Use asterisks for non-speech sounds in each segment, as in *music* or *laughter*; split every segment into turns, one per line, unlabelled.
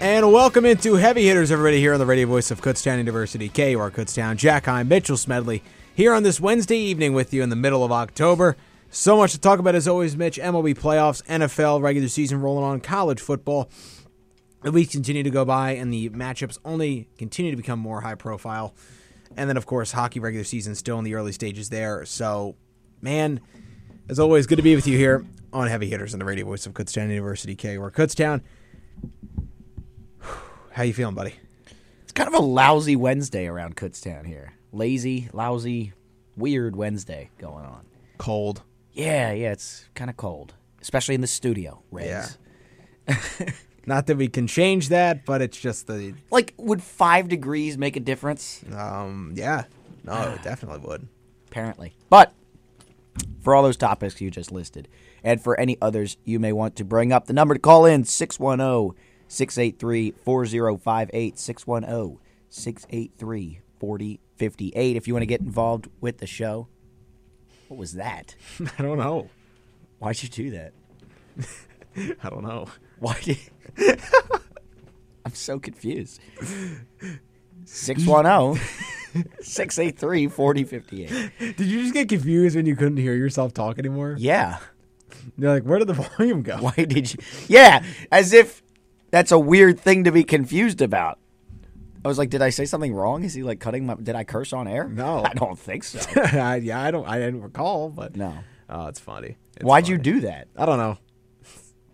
And welcome into Heavy Hitters, everybody, here on the radio voice of Kutztown University, KUR Kutztown, Jack Heim, Mitchell Smedley, here on this Wednesday evening with you in the middle of October. So much to talk about, as always, Mitch, MLB playoffs, NFL, regular season rolling on, college football. The weeks continue to go by, and the matchups only continue to become more high profile. And then, of course, hockey regular season still in the early stages there. So, man, as always, good to be with you here on Heavy Hitters on the radio voice of Kutztown University, KUR Kutztown. How you feeling, buddy?
It's kind of a lousy Wednesday around Kutztown here. Lazy, lousy, weird Wednesday going on.
Cold.
Yeah, yeah, it's kind of cold, especially in the studio. Reds.
Yeah. *laughs* Not that we can change that, but it's just the
Like, would five degrees make a difference?
um yeah. No, it definitely would.
Apparently. But for all those topics you just listed, and for any others you may want to bring up, the number to call in oh, 610 683 4058 610 683 4058 if you want to get involved with the show. What was that?
I don't know.
Why'd you do that? *laughs*
I don't know.
Why did *laughs* I'm so confused. oh.
*laughs*
610 683 4058.
Did you just get confused when you couldn't hear yourself talk anymore?
Yeah.
You're like, where did the *laughs* volume go?
Why did you? Yeah, as if that's a weird thing to be confused about. I was like, did I say something wrong? Is he like cutting my? Did I curse on air?
No.
*laughs* I don't think so.
I, yeah, I don't I didn't recall, but
No.
Oh, it's funny. It's
Why'd you
funny.
do that?
I don't know.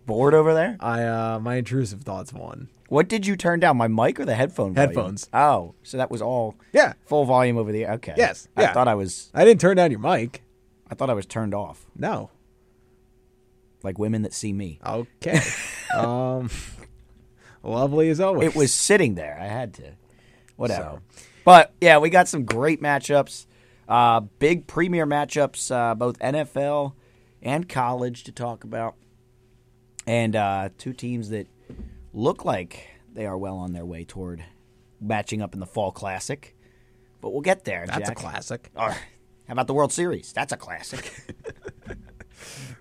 Bored over there?
I uh my intrusive thoughts won.
What did you turn down? My mic or the headphone? volume?
Headphones.
Oh, so that was all.
Yeah.
Full volume over the. Okay.
Yes,
I
yeah.
thought I was.
I didn't turn down your mic.
I thought I was turned off,
No.
like women that see me.
Okay. um lovely as always.
It was sitting there. I had to. Whatever. But yeah, we got some great matchups. Uh, big premier matchups, uh, both NFL and college to talk about. And uh, two teams that look like they are well on their way toward matching up in the fall classic. But we'll get there.
That's a
Jack.
classic.
Or, how about the World Series? That's
*laughs*
a classic.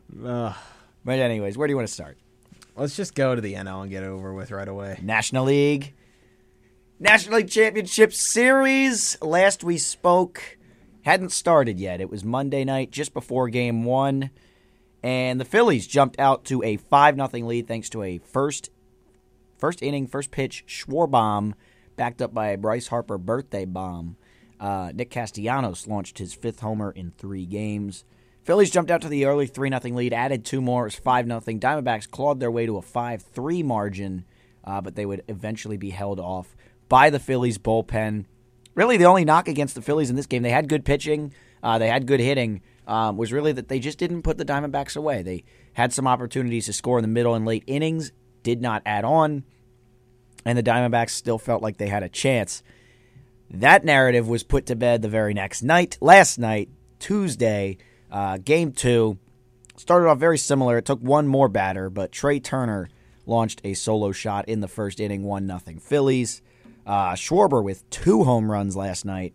But, anyways, where do you want to start?
Let's just go to the NL and get it over with right away.
National League. National League Championship Series. Last we spoke, hadn't started yet. It was Monday night, just before game one. And the Phillies jumped out to a 5 0 lead thanks to a first first inning, first pitch Schwarbaum, backed up by a Bryce Harper birthday bomb. Uh, Nick Castellanos launched his fifth homer in three games. Phillies jumped out to the early 3 0 lead, added two more. It was 5 0. Diamondbacks clawed their way to a 5 3 margin, uh, but they would eventually be held off by the Phillies bullpen. Really, the only knock against the Phillies in this game, they had good pitching, uh, they had good hitting, um, was really that they just didn't put the Diamondbacks away. They had some opportunities to score in the middle and late innings, did not add on and the Diamondbacks still felt like they had a chance. That narrative was put to bed the very next night, last night, Tuesday, uh, game two. Started off very similar. It took one more batter, but Trey Turner launched a solo shot in the first inning, 1 nothing Phillies. Uh, Schwarber with two home runs last night,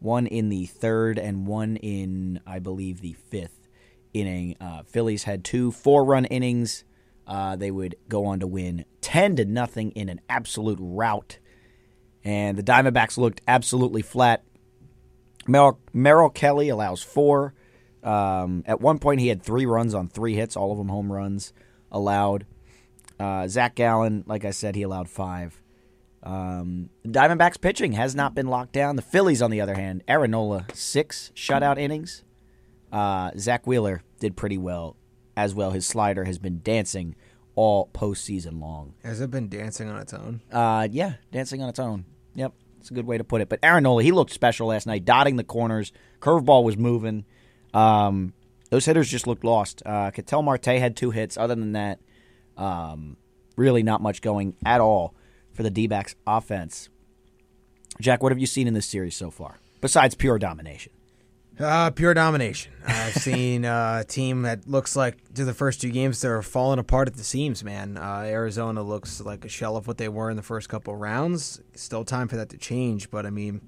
one in the third and one in, I believe, the fifth inning. Uh, Phillies had two four run innings. Uh, they would go on to win 10 to nothing in an absolute rout. And the Diamondbacks looked absolutely flat. Merrill, Merrill Kelly allows four. Um, at one point, he had three runs on three hits, all of them home runs allowed. Uh, Zach Gallen, like I said, he allowed five. Um, Diamondbacks pitching has not been locked down. The Phillies, on the other hand, Aaron Nola, six shutout innings. Uh, Zach Wheeler did pretty well as well. His slider has been dancing all postseason long.
Has it been dancing on its own?
Uh, yeah, dancing on its own. Yep, it's a good way to put it. But Aaron Nola, he looked special last night, dotting the corners. Curveball was moving. Um, those hitters just looked lost. Uh, Cattell Marte had two hits. Other than that, um, really not much going at all for the D-backs offense. Jack, what have you seen in this series so far besides pure domination?
Uh, pure domination. I've *laughs* seen uh, a team that looks like to the first two games they're falling apart at the seams, man. Uh, Arizona looks like a shell of what they were in the first couple rounds. Still time for that to change, but I mean,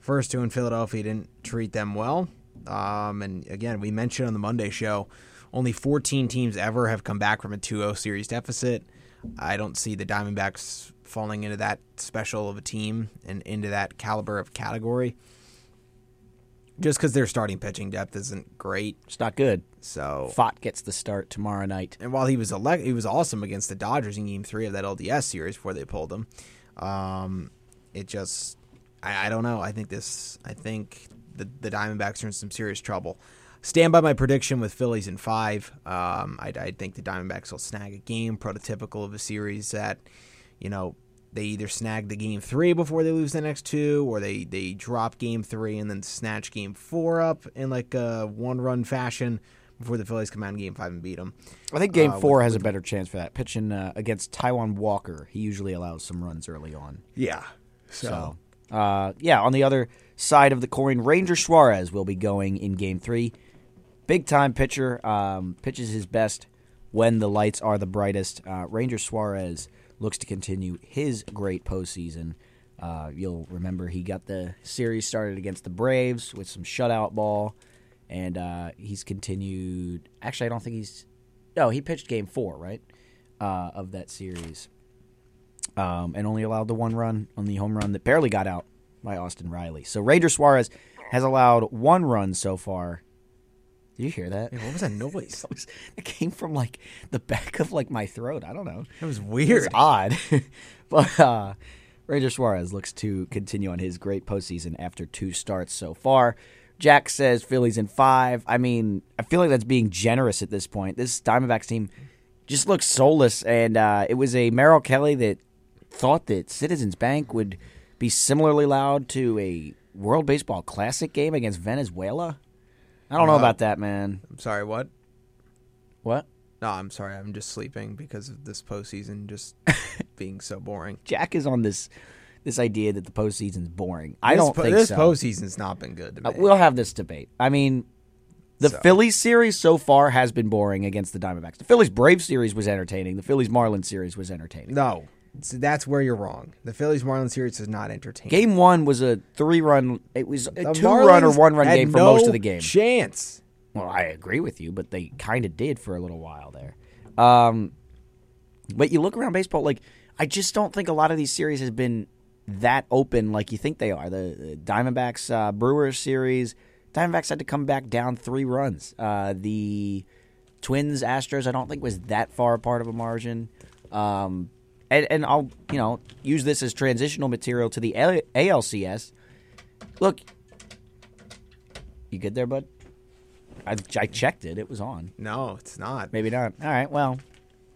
first two in Philadelphia didn't treat them well. Um, and again, we mentioned on the Monday show, only 14 teams ever have come back from a 2-0 series deficit. I don't see the Diamondbacks falling into that special of a team and into that caliber of category. Just because their starting pitching depth isn't great,
It's not good.
so
Fott gets the start tomorrow night.
and while he was elect, he was awesome against the Dodgers in Game Three of that LDS series before they pulled him. Um, it just, I, I don't know. I think this, I think the the Diamondbacks are in some serious trouble. Stand by my prediction with Phillies in five. Um, I, I think the Diamondbacks will snag a game, prototypical of a series that, you know, they either snag the game three before they lose the next two, or they they drop game three and then snatch game four up in like a one run fashion before the Phillies come out in game five and beat them.
I think Game Four has a better chance for that. Pitching uh, against Taiwan Walker, he usually allows some runs early on.
Yeah.
So, uh, yeah, on the other side of the coin, Ranger Suarez will be going in game three. Big time pitcher, um, pitches his best when the lights are the brightest. Uh, Ranger Suarez looks to continue his great postseason. Uh, you'll remember he got the series started against the Braves with some shutout ball, and uh, he's continued. Actually, I don't think he's. No, he pitched game four, right? Uh, of that series um, and only allowed the one run on the home run that barely got out by Austin Riley. So Ranger Suarez has allowed one run so far. Did you hear that? *laughs*
Hey, what was that *laughs* noise?
It, was- it came from like the back of like my throat. I don't know.
That was
It's
weird.
odd. *laughs* but uh, Ranger Suarez looks to continue on his great postseason after two starts so far. Jack says Phillies in five. I mean, I feel like that's being generous at this point. This Diamondbacks team just looks soulless, and uh, it was a Merrill Kelly that thought that Citizens Bank would be similarly loud to a World Baseball Classic game against Venezuela. I don't know
Wow.
about that, man.
I'm sorry, what?
What?
No, I'm sorry. I'm just sleeping because of this postseason *laughs* just being so boring.
Jack is on this this idea that the postseason's boring. I
This
don't
po-
think
this
so.
postseason's not been good to me.
Uh, We'll have this debate. I mean, the
So.
Phillies series so far has been boring against the Diamondbacks. The Phillies Brave series was entertaining. The Phillies Marlins series was entertaining.
no, So that's where you're wrong. The Phillies Marlins series is not entertaining.
Game one was a three run. It was a
The
two run or
Marlins
one run
had
game for
no
most of the game.
Chance.
Well, I agree with you, but they kind of did for a little while there. Um, but you look around baseball, like I just don't think a lot of these series has been that open like you think they are. The, the Diamondbacks uh, Brewers series, Diamondbacks had to come back down three runs. Uh, the Twins Astros, I don't think was that far apart of a margin. Um, and, and I'll you know use this as transitional material to the A- ALCS. Look, you good there, bud? I, I checked it; it was on.
No, it's not.
Maybe not. All right. Well,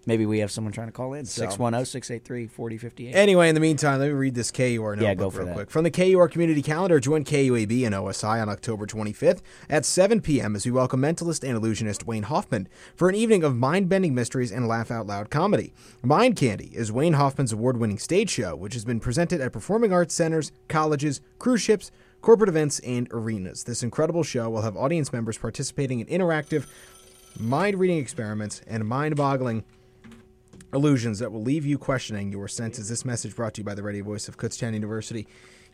maybe we have someone trying to call in. oh,
So-
610 683 4058.
Anyway, in the meantime, let me read this KUR notebook
Yeah, go for
real
that.
quick. From the KUR community calendar, join KUAB and OSI on October 25th at 7 p.m. as we welcome mentalist and illusionist Wayne Hoffman for an evening of mind-bending mysteries and laugh-out-loud comedy. Mind Candy is Wayne Hoffman's award-winning stage show, which has been presented at performing arts centers, colleges, cruise ships, corporate events, and arenas. This incredible show will have audience members participating in interactive mind-reading experiments and mind-boggling illusions that will leave you questioning your senses. This message brought to you by the radio voice of Kutztown University.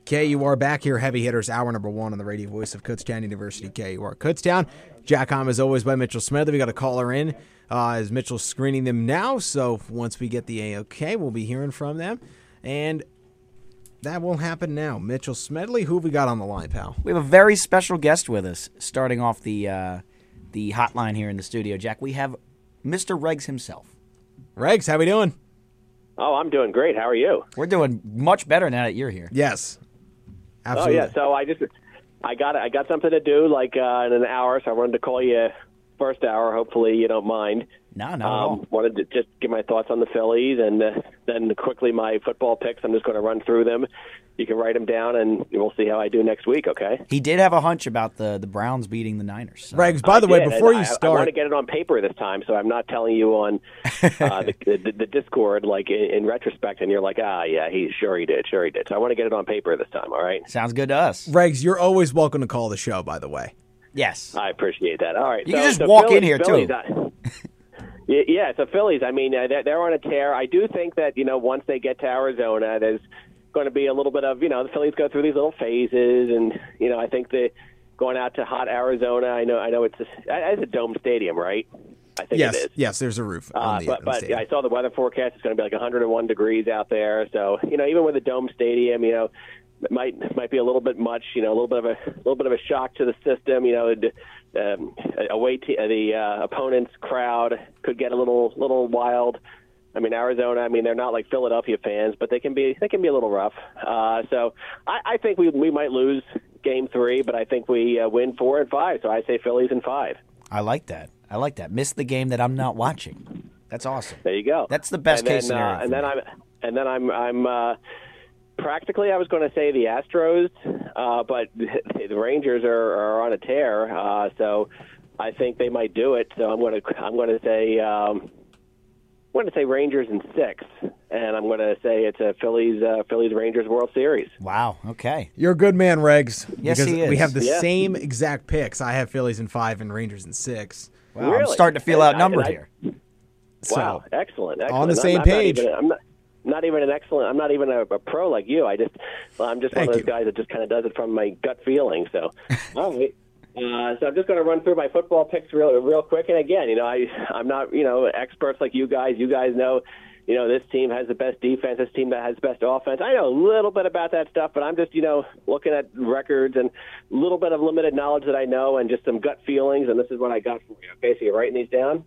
KUR back here, heavy hitters, hour number one on the radio voice of Kutztown University, KUR Kutztown. Jack Hom, as always, by Mitchell Smith. We got a caller in. Uh, as Mitchell's screening them now, so once we get the AOK, we'll be hearing from them. And that will happen now. Mitchell Smedley, who have we got on the line, pal?
We have a very special guest with us starting off the, uh, the hotline here in the studio. Jack, we have Mr. Reggs himself.
Regs, how we doing?
Oh, I'm doing great. How are you?
We're doing much better now that you're here.
Yes.
Oh
Absolutely.
yeah. So I just I got I got something to do like uh, in an hour, so I wanted to call you first hour. Hopefully you don't mind.
No, not at all.
Um, wanted to just give my thoughts on the Phillies and uh, then quickly my football picks. I'm just going to run through them. You can write them down, and we'll see how I do next week. Okay.
He did have a hunch about the, the Browns beating the Niners. so-
Regs, by the way,
Yeah, and
before
I,
you
I want
start,
to get it on paper this time, so I'm not telling you on
*laughs*
uh, the, the, the Discord like in, in retrospect, and you're like, ah, yeah, he sure he did, sure he did. So I want to get it on paper this time. All right.
Sounds good to us.
Regs, you're always welcome to call the show, by the way.
Yes.
I appreciate that. All right,
You can just walk in here, too.
too. *laughs* yeah, so Phillies. I mean, uh, they're, they're on a tear. I do think that you know once they get to Arizona, there's going to be a little bit of you know the Phillies go through these little phases, and you know I think the going out to hot Arizona. I know I know it's a, it's a dome stadium, right? I think
yes,
it is.
yes. There's a roof.
Uh,
on the,
but
on the
but
stadium.
I saw the weather forecast. It's going to be like 101 degrees out there. So you know, even with a dome stadium, you know, it might might be a little bit much. You know, a little bit of a, little bit of a shock to the system. You know, it, um, away t- the uh, opponent's crowd could get a little little wild. I mean, Arizona. I mean, they're not like Philadelphia fans, but they can be they can be a little rough. Uh, so I, I think we we might lose game three, but I think we uh, win four and five. So I say Phillies in five.
I like that. I like that. Miss the game that I'm not watching. That's awesome.
There you go.
That's the best
and then,
case scenario
Uh,
for
and then
me.
I'm and then I'm I'm uh, practically I was going to say the Astros, uh, but *laughs* the Rangers are, are on a tear, uh, so I think they might do it. So I'm going to I'm going to say um, I'm going to say Rangers in six, and I'm going to say it's a Phillies uh, Phillies Rangers World Series.
Wow. Okay.
You're a good man, Regs.
Yes,
because
he is.
We have the
Yeah.
same exact picks. I have Phillies in five and Rangers in six.
Wow. I'm
Really?
starting to feel
And I-
outnumbered
and I-
here.
So
wow, excellent, excellent.
the
I'm-
same
I'm not
page.
even- I'm not, not even an excellent. I'm not even a, a pro like you. I just, well, I'm just
Thank
one of
you.
those guys that just kind of does it from my gut feeling.
*laughs*
So, all right. Uh, so I'm just going to run through my football picks real, real quick. And again, you know, I, I'm not, you know, experts like you guys. You guys know, you know, this team has the best defense. This team that has the best offense. I know a little bit about that stuff, but I'm just, you know, looking at records and a little bit of limited knowledge that I know, and just some gut feelings. And this is what I got for you. Okay, so you're writing these down.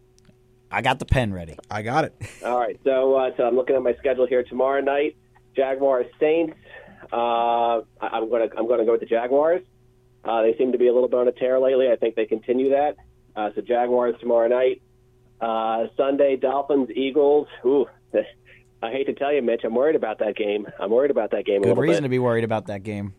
I got the pen ready.
I got it.
All right, so uh, so I'm looking at my schedule here tomorrow night. Jaguars Saints. Uh, I, I'm gonna I'm gonna go with the Jaguars. Uh, they seem to be a little bit on a tear lately. I think they continue that. Uh, so Jaguars tomorrow night. Uh, Sunday Dolphins Eagles. Ooh, *laughs* I hate to tell you, Mitch, I'm worried about that game. I'm worried about that game a
Good
little
reason
bit.
to be worried about that game.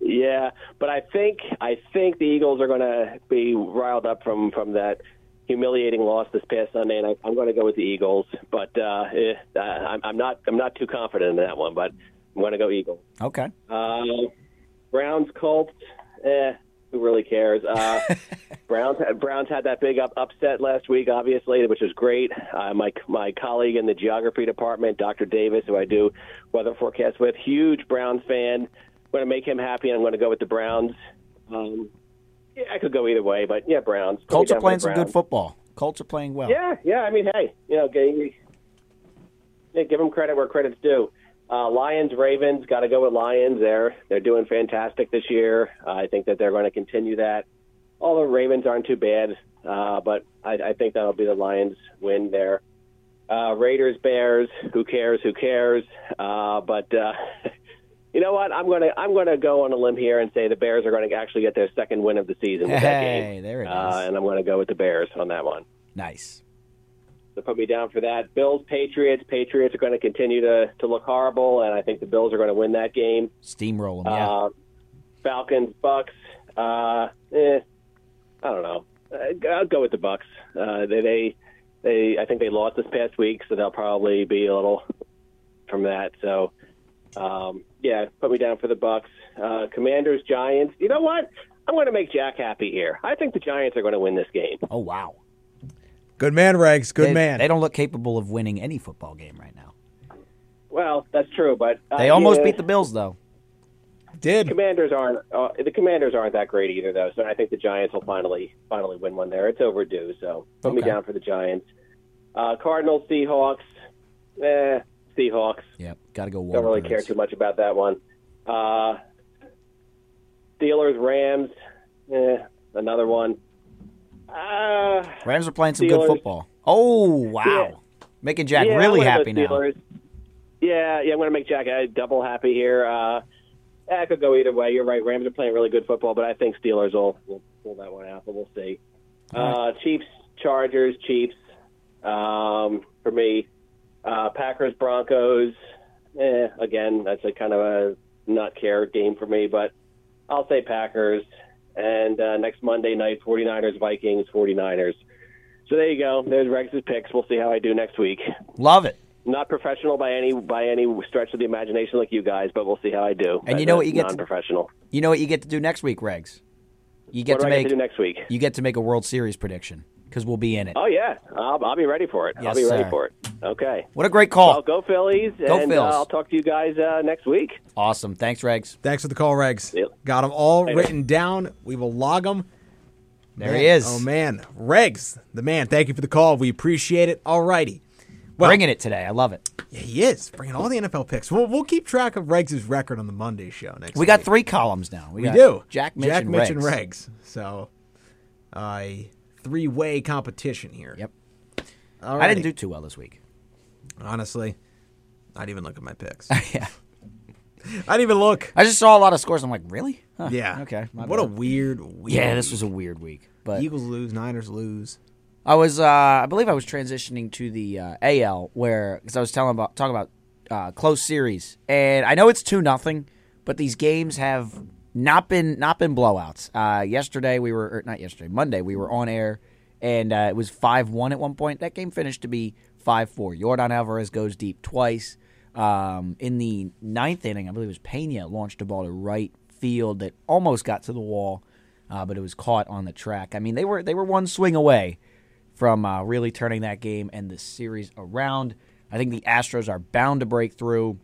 Yeah, but I think I think the Eagles are going to be riled up from from that humiliating loss this past Sunday, and I, I'm going to go with the Eagles. But uh, eh, uh, I'm, I'm not I'm not too confident in that one, but I'm going to go Eagles.
Okay.
Uh, Browns Colts. Eh, who really cares? Uh, Browns Browns had that big up, upset last week, obviously, which was great. Uh, my my colleague in the geography department, Dr. Davis, who I do weather forecast with, huge Browns fan. I'm going to make him happy. and I'm going to go with the Browns. Um, yeah, I could go either way, but yeah, Browns. Put me
Colts
down
are
for
playing
the
some
Browns.
good football. Colts are playing well.
Yeah, yeah. I mean, hey, you know, give, yeah, give them credit where credit's due. Uh, Lions, Ravens, got to go with Lions. They're they're doing fantastic this year. Uh, I think that they're going to continue that. Although Ravens aren't too bad, uh, but I, I think that'll be the Lions win there. Uh, Raiders, Bears, who cares? Who cares? Uh, but uh, *laughs* you know what? I'm gonna I'm gonna go on a limb here and say the Bears are going to actually get their second win of the season with that
Hey,
game.
there it is.
Uh, and I'm going to go with the Bears on that one.
Nice.
So put me down for that. Bills, Patriots. Patriots are going to continue to, to look horrible, and I think the Bills are going to win that game.
Steamrolling. Yeah.
Uh, Falcons, Bucks. Uh, eh, I don't know. Uh, I'll go with the Bucks. Uh, they, they, they. I think they lost this past week, so they'll probably be a little from that. So, um, yeah, put me down for the Bucks. Uh, Commanders, Giants. You know what? I'm going to make Jack happy here. I think the Giants are going to win this game.
oh wow.
Good man, Regs. Good
they,
man.
They don't look capable of winning any football game right now.
Well, that's true, but uh,
They almost
yeah.
beat the Bills though.
Did
Commanders aren't uh, the Commanders aren't that great either, though. So I think the Giants will finally finally win one there. It's overdue. So put me
Okay.
down for the Giants. Uh, Cardinals, Seahawks, eh, Seahawks.
Yep. Got to go.
Don't really
Waterbirds.
care too much about that one. Uh, Steelers, Rams, eh, another one. Uh,
Rams are playing some good
Steelers.
football. Oh wow. Making Jack
yeah,
really
I'm gonna
happy
go
now.
Steelers. Yeah, yeah, I'm going to make Jack uh, double happy here. Uh, I could go either way. You're right. Rams are playing really good football, but I think Steelers will, will pull that one out, but we'll see. Uh, Chiefs, Chargers, Chiefs um, for me. Uh, Packers, Broncos. Eh, again, that's a kind of a not care game for me, but I'll say Packers. And uh, next Monday night, 49ers, Vikings, 49ers. So there you go. There's Rex's picks. We'll see how I do next week.
Love it.
Not professional by any by any stretch of the imagination, like you guys, but we'll see how I do.
And you
That-
know what you
that's
get to-
Non-professional.
You know what you get to do next week, Regs? You get
what
to
do I
make
get to do next week?
you get to make a World Series prediction because we'll be in it.
Oh yeah, I'll, I'll be ready for it.
Yes,
I'll be ready
sir.
for it. Okay.
What a great
Well,
call!
go Phillies,
Go
and
Phils.
Uh, I'll talk to you guys uh, next week.
Awesome. Thanks, Regs.
thanks for the call, Regs.
Yep.
Got them all
Later.
written down. We will log them.
There he is.
Oh man, Regs, the man. Thank you for the call. We appreciate it. Alrighty, well,
Bringing it today. I love it.
Yeah, he is bringing all the NFL picks. We'll, we'll keep track of Regs' record on the Monday show next.
We got
week.
three columns now. We,
We
got
do.
Jack, Mitch,
Jack,
and
Mitch,
Regs.
and Regs. So, a three-way competition here.
Yep.
Alrighty.
I didn't do too well this week.
honestly. Not even look at my picks.
*laughs*
*laughs*
yeah.
I didn't even
*laughs*
look.
I just saw a lot of scores. I'm like, really? Huh.
Yeah.
Okay. my
What a
bad.
weird, weird.
yeah. This was a weird week, but
Eagles lose, Niners lose.
I was, uh, I believe, I was transitioning to the uh, AL where because I was telling about talking about uh, close series, and I know it's two nothing, but these games have not been not been blowouts. Uh, yesterday we were or not yesterday Monday we were on air, and uh, it was five one at one point. That game finished to be five four. Jordan Alvarez goes deep twice. Um, in the ninth inning, I believe it was Pena launched a ball to right field that almost got to the wall, uh, but it was caught on the track. I mean, they were they were one swing away from uh, really turning that game and the series around. I think the Astros are bound to break through.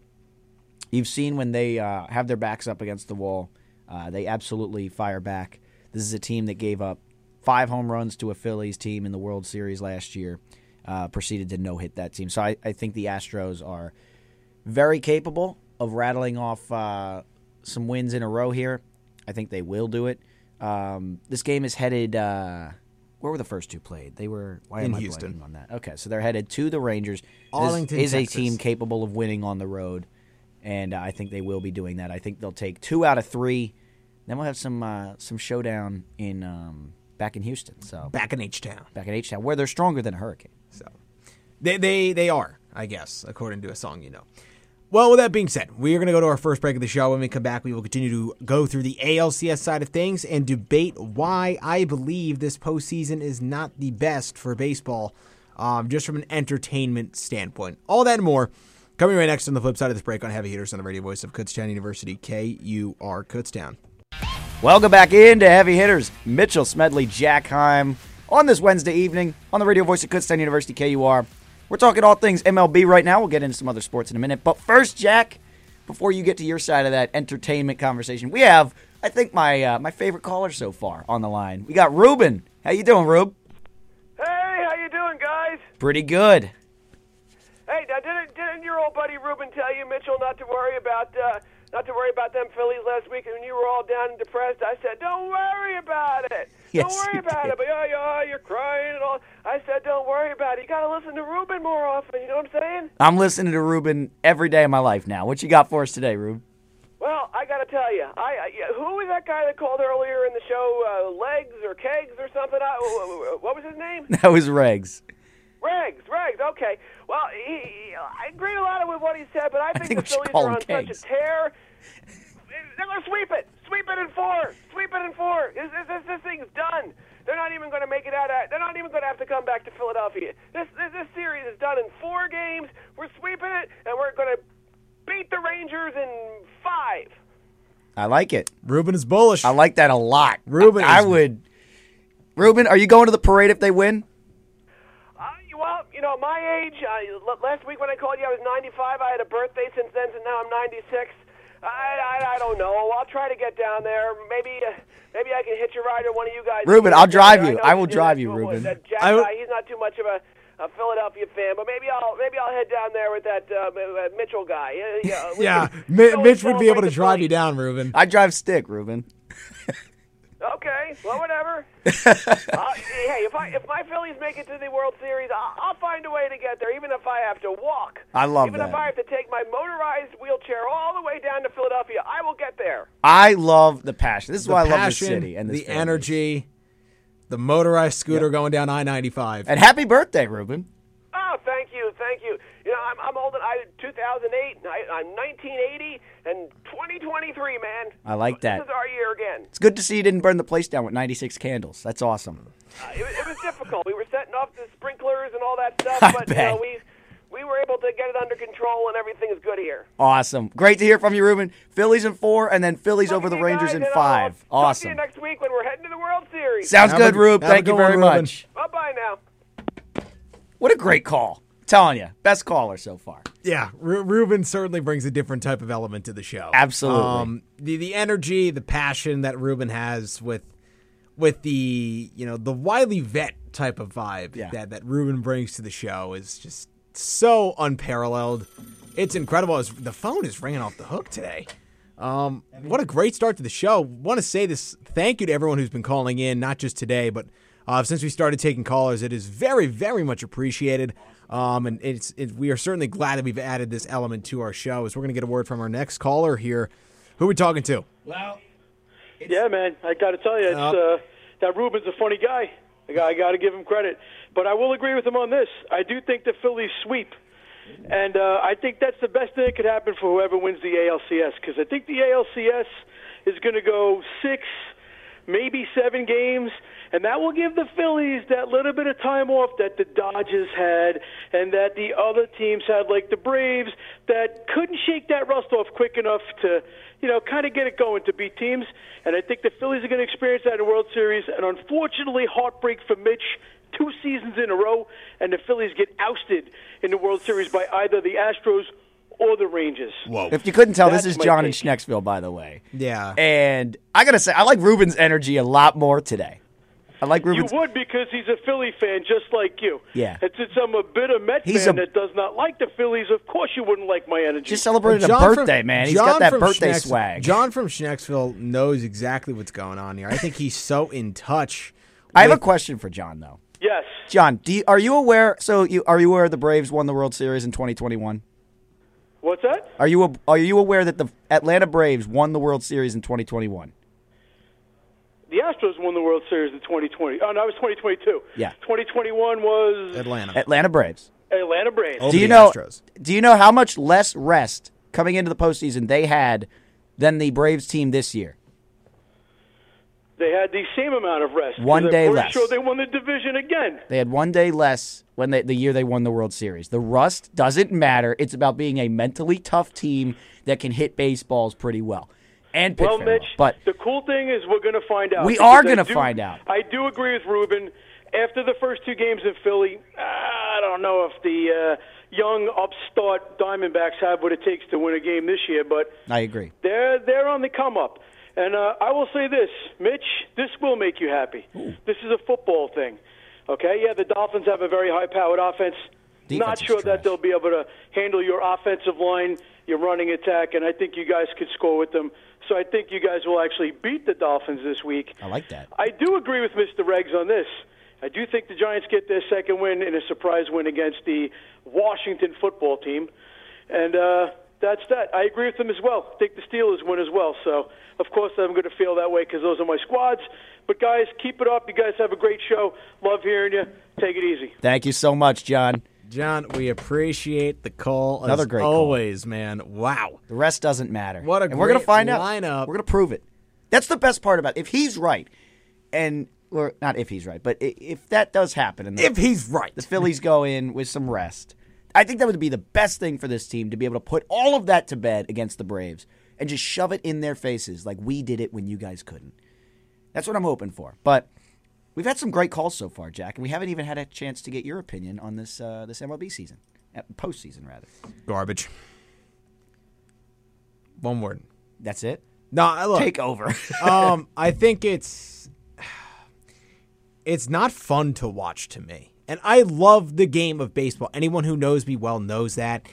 You've seen when they uh, have their backs up against the wall, uh, they absolutely fire back. This is a team that gave up five home runs to a Phillies team in the World Series last year, uh, proceeded to no hit that team. So I, I think the Astros are very capable of rattling off uh, some wins in a row here. I think they will do it. Um, this game is headed. Uh, where were the first two played? They were why
In
am I
Houston.
blanking on that? Okay, so they're headed to the Rangers.
Arlington,
this is
Texas.
a team capable of winning on the road, and uh, I think they will be doing that. I think they'll take two out of three. Then we'll have some uh, some showdown in um, back in Houston. So
Back in H Town.
back in H Town, where they're stronger than a Hurricane.
So they, they they are, I guess, according to a song you know. Well, with that being said, we are going to go to our first break of the show. When we come back, we will continue to go through the ALCS side of things and debate why I believe this postseason is not the best for baseball, um, just from an entertainment standpoint. All that and more coming right next on the flip side of this break on Heavy Hitters on the radio voice of Kutztown University, KUR Kutztown.
Welcome back into Heavy Hitters. Mitchell Smedley, Jack Heim, on this Wednesday evening on the radio voice of Kutztown University, KUR. We're talking all things MLB right now. We'll get into some other sports in a minute. But first, Jack, before you get to your side of that entertainment conversation, we have, I think, my uh, my favorite caller so far on the line. We got Ruben. How you doing, Rube?
Hey, how you doing, guys?
Pretty good.
Hey, now didn't didn't your old buddy Ruben tell you Mitchell not to worry about uh, not to worry about them Phillies last week? And when you were all down and depressed, I said, "Don't worry
*laughs*
about it.
Yes,
don't worry
you
about
did.
it." But yeah, yeah, you're crying and all. I said, "Don't worry about it. You got to listen to Ruben more often." You know what I'm saying?
I'm listening to Ruben every day of my life now. What you got for us today, Rube? *laughs*
Well, I got to tell you, I, I yeah, who was that guy that called earlier in the show? Uh, legs or kegs or something? I, wh- wh- wh- what was his name?
That was Regs.
Regs, Regs, okay. Well, he, he, I agree a lot with what he said, but I think,
think we
the
should
Phillies
call
are
him
on
Kegs.
such a tear. They're going to sweep it. Sweep it in four. Sweep it in four. This, this, this, this thing's done. They're not even going to make it out. Of, they're not even going to have to come back to Philadelphia. This, this this series is done in four games. We're sweeping it, and we're going to beat the Rangers in five.
I like it.
Ruben is bullish.
I like that a lot.
Ruben
I, I
is-
would. Ruben, are you going to the parade if they win?
Uh, well, you know, my age. I, l- last week when I called you, I was 95. I had a birthday since then, so now I'm 96. I, I, I don't know. I'll try to get down there. Maybe uh, maybe I can hitch a ride or one of you guys.
Ruben, I'll drive you.
know
I will
do
drive
that
you,
to a-
Ruben.
That Jack
I will-
guy, he's not too much of a, a Philadelphia fan, but maybe I'll maybe I'll head down there with that uh, uh, Mitchell guy. Yeah, yeah. we
yeah,
can-
Mi-
so-
Mitch would be
celebrate
able to
the
drive you
Phillies.
down, Ruben.
I drive stick, Ruben.
Okay,
*laughs*
well, whatever. uh, hey, if I if my Phillies make it to the World Series, I'll, I'll find a way to get there, even if I have to walk.
I love
even
that.
Even if I have to take my motorized wheelchair all the way down to Philadelphia, I will get there.
I love the passion. This is
the
why Oh, I love this
passion,
city and this
the
family.
energy, the motorized scooter going down I ninety five.
And happy birthday, Ruben.
Oh, thank you, thank you. You know, I'm I'm old. and I 2008, and I, I'm 1980, and 2023, man.
I like that.
This is our year again.
It's good to see you didn't burn the place down with 96 candles. That's awesome.
Uh, it, was- it was difficult. We were setting off the sprinklers and
*laughs*
all that stuff,
I
but
bet.
You know, we we were able to get it under control, and everything is good here.
Awesome. Great to hear from you, Ruben. Phillies in four, and then Phillies over the
Talk to you
Rangers
guys,
in
and I'll
five.
Talk to you
Awesome.
next week when we're heading to the World Series.
Sounds
Have a-
good, Rube.
have a
Thank you
good one,
very
Ruben.
much.
bye bye now.
What a great call. telling you, best caller so far.
Yeah, Ru Ruben certainly brings a different type of element to the show.
Absolutely.
the the energy, the passion that Ruben has with with the you know the wily vet type of vibe
Yeah.
that that Ruben brings to the show is just so unparalleled. It's incredible. It's- the phone is ringing off the hook today. Um, what a great start to the show. Want to say this thank you to everyone who's been calling in, not just today, but uh, since we started taking callers, it is very, very much appreciated. Um, and it's it, we are certainly glad that we've added this element to our show. As we're going to get a word from our next caller here. Who are we talking to?
Well,
Yeah, man. I got to tell you, it's, uh, that Ruben's a funny guy. I got, I got to give him credit. But I will agree with him on this. I do think the Phillies sweep. And uh, I think that's the best thing that could happen for whoever wins the ALCS because I think the ALCS is going to go six, maybe seven games, and that will give the Phillies that little bit of time off that the Dodgers had and that the other teams had, like the Braves, that couldn't shake that rust off quick enough to, you know, kind of get it going to beat teams. And I think the Phillies are going to experience that in the World Series. And unfortunately, heartbreak for Mitch two seasons in a row, and the Phillies get ousted in the World Series by either the Astros or the Rangers.
Whoa.
If you couldn't tell, this
That's
is
my
John in
take.
Schnecksville, by the way.
Yeah.
And I gotta say, I like Ruben's energy a lot more today. I like
You
Ruben's.
would because he's a Philly fan, just like you.
Yeah.
And since I'm a bitter Met
He's
fan
a-
that does not like the Phillies, of course you wouldn't like my energy.
Just celebrated a
John
birthday,
from-
man. He's
John
got that
from
birthday
Schnex-
swag.
John from Schnecksville knows exactly what's going on here. I think he's so in touch.
I have a question for John though.
yes.
John, do you, are you aware? So, you are you aware the Braves won the World Series in 2021?
What's that?
Are you a- are you aware that the Atlanta Braves won the World Series in 2021?
The Astros won the World Series in 2020. Oh, no, it was 2022.
Yeah.
2021 was
Atlanta.
Atlanta Braves.
Atlanta Braves.
Oh.
Do
the
you know?
Astros.
Do you know how much less rest coming into the postseason they had than the Braves team this year?
They had the same amount of rest.
One
'cause
day
I'm pretty
less.
sure they won the division again.
They had one day less when they, the year they won the World Series. The rust doesn't matter. It's about being a mentally tough team that can hit baseballs pretty well and pitch
Well,
very well.
Mitch,
But
the cool thing is we're going to find out.
We
Because
are
I
gonna
do-
find out.
I do agree with Ruben. After the first two games in Philly, I don't know if the uh, young upstart Diamondbacks have what it takes to win a game this year, but
I agree.
they're they're on the come up. And uh, I will say this, Mitch, this will make you happy. This is a football thing. Okay, yeah, the Dolphins have a very high-powered offense.
Defense
Not
is
sure
trash.
that they'll be able to handle your offensive line, your running attack, and I think you guys could score with them. So I think you guys will actually beat the Dolphins this week.
I like that.
I do agree with Mr. Reggs on this. I do think the Giants get their second win in a surprise win against the Washington football team. And uh, that's that. I agree with them as well. I think the Steelers win as well. So, of course, I'm going to feel that way because those are my squads. But, guys, keep it up. You guys have a great show. Love hearing you. Take it easy.
Thank you so much, John.
John, we appreciate the call.
Another
as
great call.
always, man. Wow.
The rest doesn't matter.
What a
and we're gonna
great
find out.
lineup.
We're gonna prove it. That's the best part about it. if he's right, and or not if he's right, but i- if that does happen, and the,
If he's right.
the Phillies go in with some rest, I think that would be the best thing for this team to be able to put all of that to bed against the Braves and just shove it in their faces like we did it when you guys couldn't. That's what I'm hoping for. But we've had some great calls so far, Jack, and we haven't even had a chance to get your opinion on this uh, this MLB season, uh, postseason rather.
Garbage. One word.
That's it.
No, I look. *laughs*
Take over.
um, I think it's it's not fun to watch to me, and I love the game of baseball. Anyone who knows me well knows that.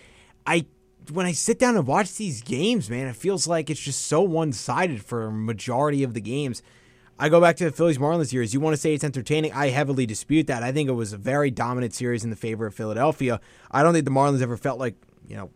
I when I sit down and watch these games, man, it feels like it's just so one sided for a majority of the games. I go back to the Phillies Marlins series. You want to say it's entertaining? I heavily dispute that. I think it was a very dominant series in the favor of Philadelphia. I don't think the Marlins ever felt like you know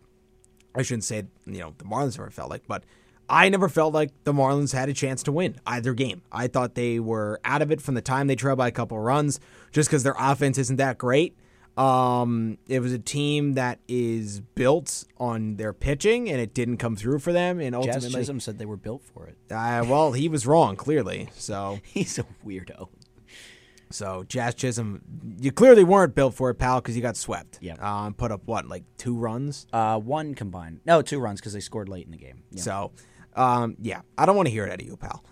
I shouldn't say you know the Marlins never felt like, but I never felt like the Marlins had a chance to win either game. I thought they were out of it from the time they trailed by a couple runs, just because their offense isn't that great. Um, it was a team that is built on their pitching, and it didn't come through for them. And
Jazz
ultimately,
Chisholm said they were built
*laughs*
for it.
uh, well, he was wrong clearly. So,
He's a weirdo.
so Jazz Chisholm, you clearly weren't built for it, pal, because you got swept.
Yep.
um, put up what like two runs.
Uh, one combined. No, two runs because they scored late in the game. Yeah.
So, um, yeah, I don't want to hear it out of you, pal.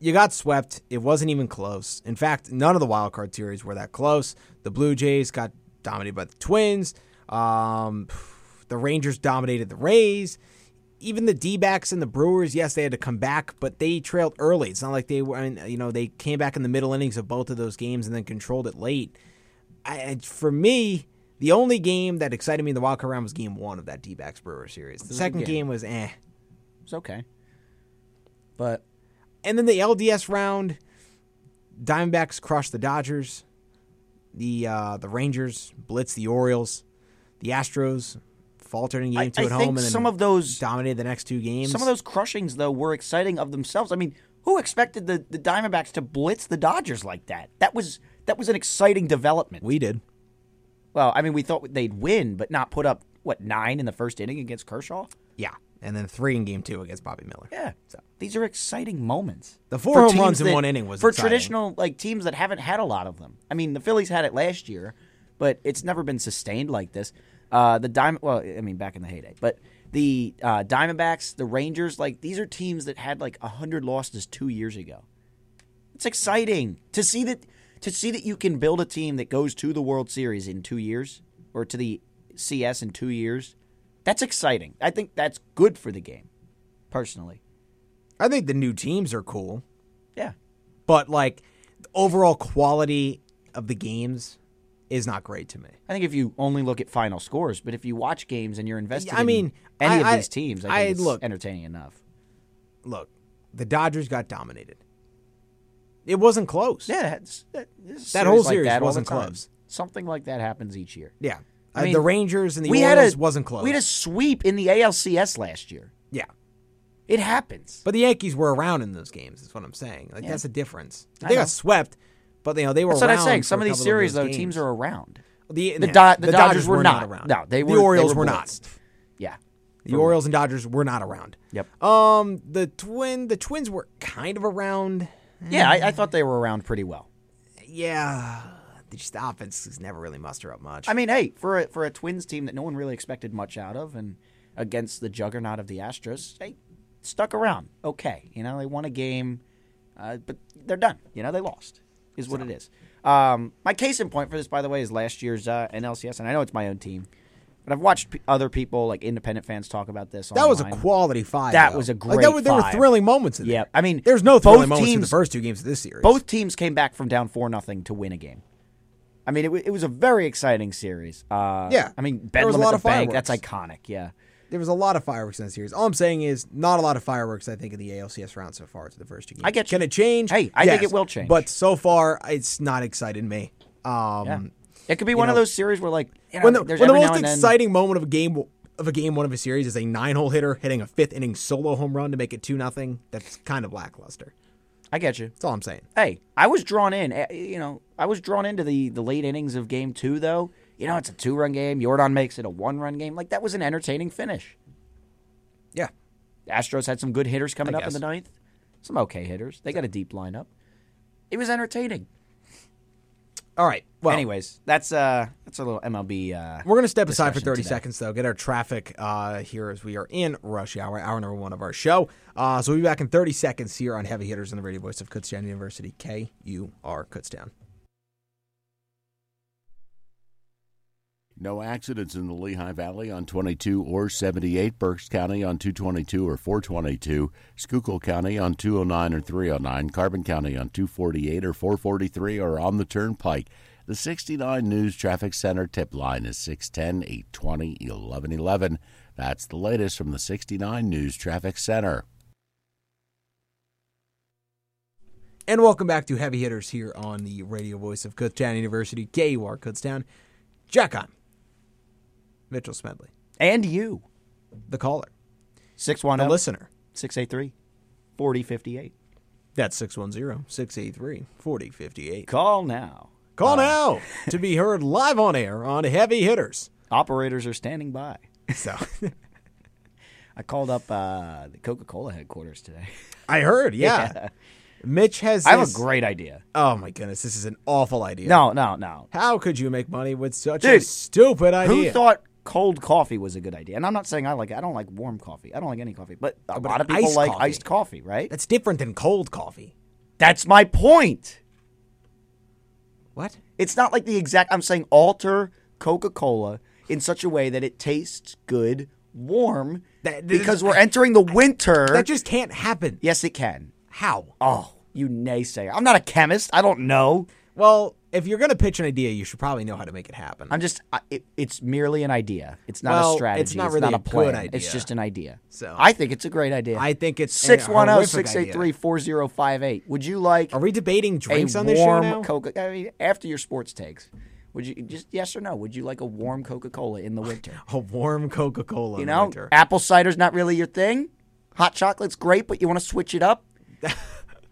You got swept. It wasn't even close. In fact, none of the wild card series were that close. The Blue Jays got dominated by the Twins. Um, the Rangers dominated the Rays. even the D backs and the Brewers, yes, they had to come back, but they trailed early. It's not like they were, I mean, you know, they came back in the middle innings of both of those games and then controlled it late. I, and for me, the only game that excited me in the wild card round was game one of that D backs Brewer series. The second
game.
game. was eh.
It's okay. But
And then the LDS round, Diamondbacks crushed the Dodgers, the uh, the Rangers blitzed the Orioles, the Astros faltered in game
I-
two
I
at home,
think
and then
some of those-
dominated the next two games.
some of those crushings though were exciting of themselves. I mean, who expected the, the Diamondbacks to blitz the Dodgers like that? That was that was an exciting development.
we did.
well, I mean, we thought they'd win, but not put up what nine in the first inning against Kershaw.
Yeah, and then three in game two against Bobby Miller.
Yeah, these are exciting moments.
The four
For
home
teams
runs in
that-
one inning was
for
exciting.
traditional like teams that haven't had a lot of them. I mean, the Phillies had it last year, but it's never been sustained like this. Uh, the diamond, well, I mean, back in the heyday, but the uh, Diamondbacks, the Rangers, like these are teams that had like hundred losses two years ago. It's exciting to see that to see that you can build a team that goes to the World Series in two years or to the CS in two years. That's exciting. I think that's good for the game, personally.
I think the new teams are cool,
Yeah.
but like the overall quality of the games is not great to me.
I think if you only look at final scores, but if you watch games and you're invested
I mean,
in any
I- I-
of these teams, I think
I-
it's
look.
entertaining enough.
Look, the Dodgers got dominated. It wasn't close.
Yeah, that's, that, this
That whole
like
series
that all the
wasn't
time.
close.
Something like that happens each year.
yeah.
I
Uh,
mean,
the Rangers and the
we
Orioles
had a,
wasn't close.
We had a sweep in the ALCS last year.
yeah,
It happens.
but the Yankees were around in those games. Is what I'm saying. Like that's the difference. They
know.
got swept, but you know they were.
That's what I'm
around
saying.
for
Some
a
of these
couple
series,
those
though, teams
games.
are around.
The,
The,
yeah,
Do- the, Dodgers,
were not, around.
No, they were.
The Orioles
they
were,
were,
not.
blitzed. Yeah.
The Orioles and Dodgers were not around.
Yep.
Um, the twin, the Twins were kind of around.
Yeah, I, I thought they were around pretty well.
Yeah, they just the offense is never really muster up much.
I mean, hey, for a, for a Twins team that no one really expected much out of, and against the juggernaut of the Astros, they stuck around. Okay, you know they won a game, uh, but they're done. You know they lost, is what it is. Um, my case in point for this, by the way, is last year's uh, NLCS, and I know it's my own team, but I've watched p- other people like independent fans talk about this.
that was a
online.
quality five.
That
though.
was a
Like, that
great
was- there were
five.
thrilling moments in
Yeah,
there.
I mean,
there's no
both
thrilling moments in the
teams-
first two games of this series.
both teams came back from down four nothing to win a game. I mean, it, wa- it was a very exciting series. Uh,
Yeah.
I mean,
There was a
Bedlam at
lot
the
of
bank. That's
fireworks.
iconic. Yeah,
there was a lot of fireworks in the series. All I'm saying is not a lot of fireworks. I think in the ALCS round so far to the first two games.
I get you.
Can it change?
Hey, I think
Yes.
it will change.
But so far, it's not excited me. Um,
yeah. it could be one of
know,
those series where like you know,
when the,
there's
when the
every now
most
and then-
exciting moment of a game of a game one of a series is a nine hole hitter hitting a fifth inning solo home run to make it two nothing. That's kind of lackluster.
I get you.
That's all I'm saying.
Hey, I was drawn in. eh, You know, I was drawn into the the late innings of game two though. You know, it's a two run game. Jordan makes it a one run game. Like that was an entertaining finish.
Yeah,
The Astros had some good hitters coming
I
up in
guess.
the ninth. Some okay hitters. They got a deep lineup. It was entertaining.
All right. Well,
Anyways, that's uh that's a little MLB. Uh,
we're gonna step aside for
discussion
thirty
today.
seconds though. Get our traffic uh, here as we are in rush hour, hour number one of our show. Uh, so we'll be back in thirty seconds here on Heavy Hitters on the Radio Voice of Kutztown University. K U R Kutztown.
No accidents in the Lehigh Valley on 22 or 78, Berks County on 222 or 422, Schuylkill County on 209 or 309, Carbon County on 248 or 443 or on the Turnpike. The 69 News Traffic Center tip line is 610 820 1111. That's the latest from the 69 News Traffic Center.
And welcome back to Heavy Hitters here on the radio voice of Kutztown University, KUR Kutztown. Jack on. Mitchell Smedley,
and you oh,
the caller, the
610
listener.
683 4058.
That's 610 683 4058.
Call now.
Call now to be heard live on air on Heavy Hitters.
Operators are standing by.
*laughs* So
I called up uh, the Coca Cola headquarters today. *laughs*
I heard, yeah. Mitch has.
I have a
this-
great idea.
Oh my goodness, this is an awful idea.
No, no, no.
How could you make money with such a
Dude,
stupid idea?
Who thought cold coffee was a good idea? And I'm not saying I like it. I don't like warm coffee. I don't like any coffee. But a
Oh, but
lot of people
iced
like
coffee.
iced coffee, right?
That's different than cold coffee.
That's my point.
What?
It's not like the exact. I'm saying alter Coca Cola in such a way that it tastes good warm
That-
because we're entering the winter.
That just can't happen.
yes, it can.
How?
Oh, you naysayer. I'm not a chemist. I don't know.
Well, if you're going to pitch an idea, you should probably know how to make it happen.
I'm just, I, it, it's merely an idea. It's not
Well,
a strategy.
it's not really
a,
a good
plan.
idea.
It's just an idea.
So-
I think it's a great idea. oh,
I think it's a
610
horrific
683
idea.
4058. Would you like
Are we debating
a
drinks on this show
warm
now?
Coca I mean, after your sports takes? Would you just yes or no? Would you like a warm Coca Cola in the winter?
a warm Coca-Cola *sighs*
You
in
know,
winter.
apple cider's not really your thing. Hot chocolate's great, but you want to switch
*laughs*
it up.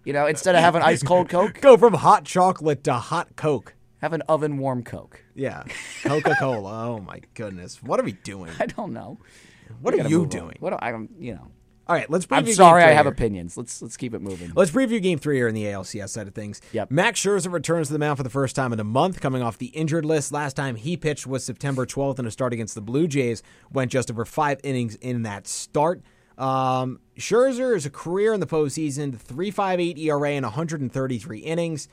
you know, instead of having ice cold Coke,
Go from hot chocolate to hot Coke.
have an oven warm Coke. *laughs*
Yeah, Coca-Cola. oh my goodness, what are we doing?
I don't know.
What
We
are
gotta
you
move on.
doing?
What do I don't, you know.
All right, let's.
I'm
preview
sorry,
game
I
three
have
here.
opinions. Let's let's keep it moving.
Let's preview game three here in the ALCS side of things.
Yep.
Max Scherzer returns to the mound for the first time in a month, coming off the injured list. Last time he pitched was September 12th in a start against the Blue Jays, went just over five innings in that start. Um, Scherzer is a career in the postseason, 3.58 ERA and 133 innings.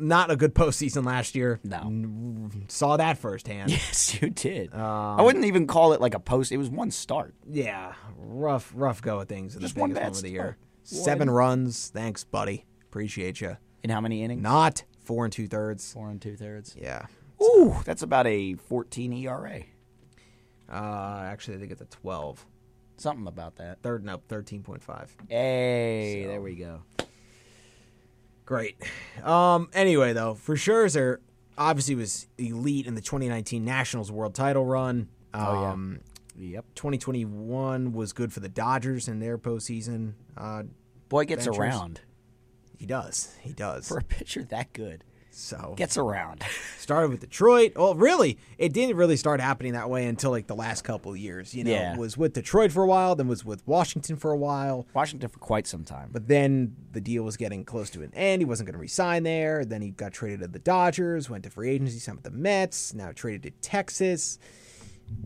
Not a good *laughs* postseason last year.
No.
Saw that firsthand.
*laughs* Yes, you did. I wouldn't even call it like a post. It was one start.
Yeah, rough, rough go of things in
Just
the
one Oh,
biggest
bad
moment of the year.
start.
Seven runs. Thanks, buddy. Appreciate you.
In how many innings?
Not four and two thirds.
Four and two thirds.
Yeah.
Ooh, that's about a E 14 ERA.
Uh, actually, they get the 12.
Something about that.
Third and up, 13.5.
Hey, there we go.
Great. Um, anyway, though, for Scherzer, obviously was elite in the 2019 Nationals World title run.
Oh,
Um,
Yep.
2021 was good for the Dodgers in their postseason. Uh,
Boy gets
Ventures.
around *laughs*
he does. He does.
for a pitcher that good.
So
Gets around. *laughs*
started with Detroit. Well, really, it didn't really start happening that way until like the last couple of years. You know,
Yeah.
was with Detroit for a while, then was with Washington for a while.
Washington for quite some time.
But then the deal was getting close to an end. He wasn't going to resign there. Then he got traded to the Dodgers, went to free agency, signed with the Mets, now traded to Texas.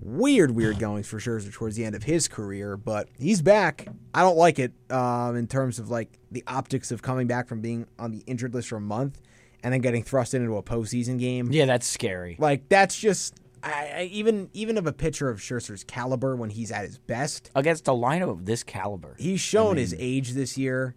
Weird, weird goings for Scherzer towards the end of his career, but he's back. I don't like it um, in terms of like the optics of coming back from being on the injured list for a month and then getting thrust into a postseason game.
yeah, that's scary.
Like that's just I, I, even even of a pitcher of Scherzer's caliber when he's at his best.
Against a lineup of this caliber.
He's shown his age this year.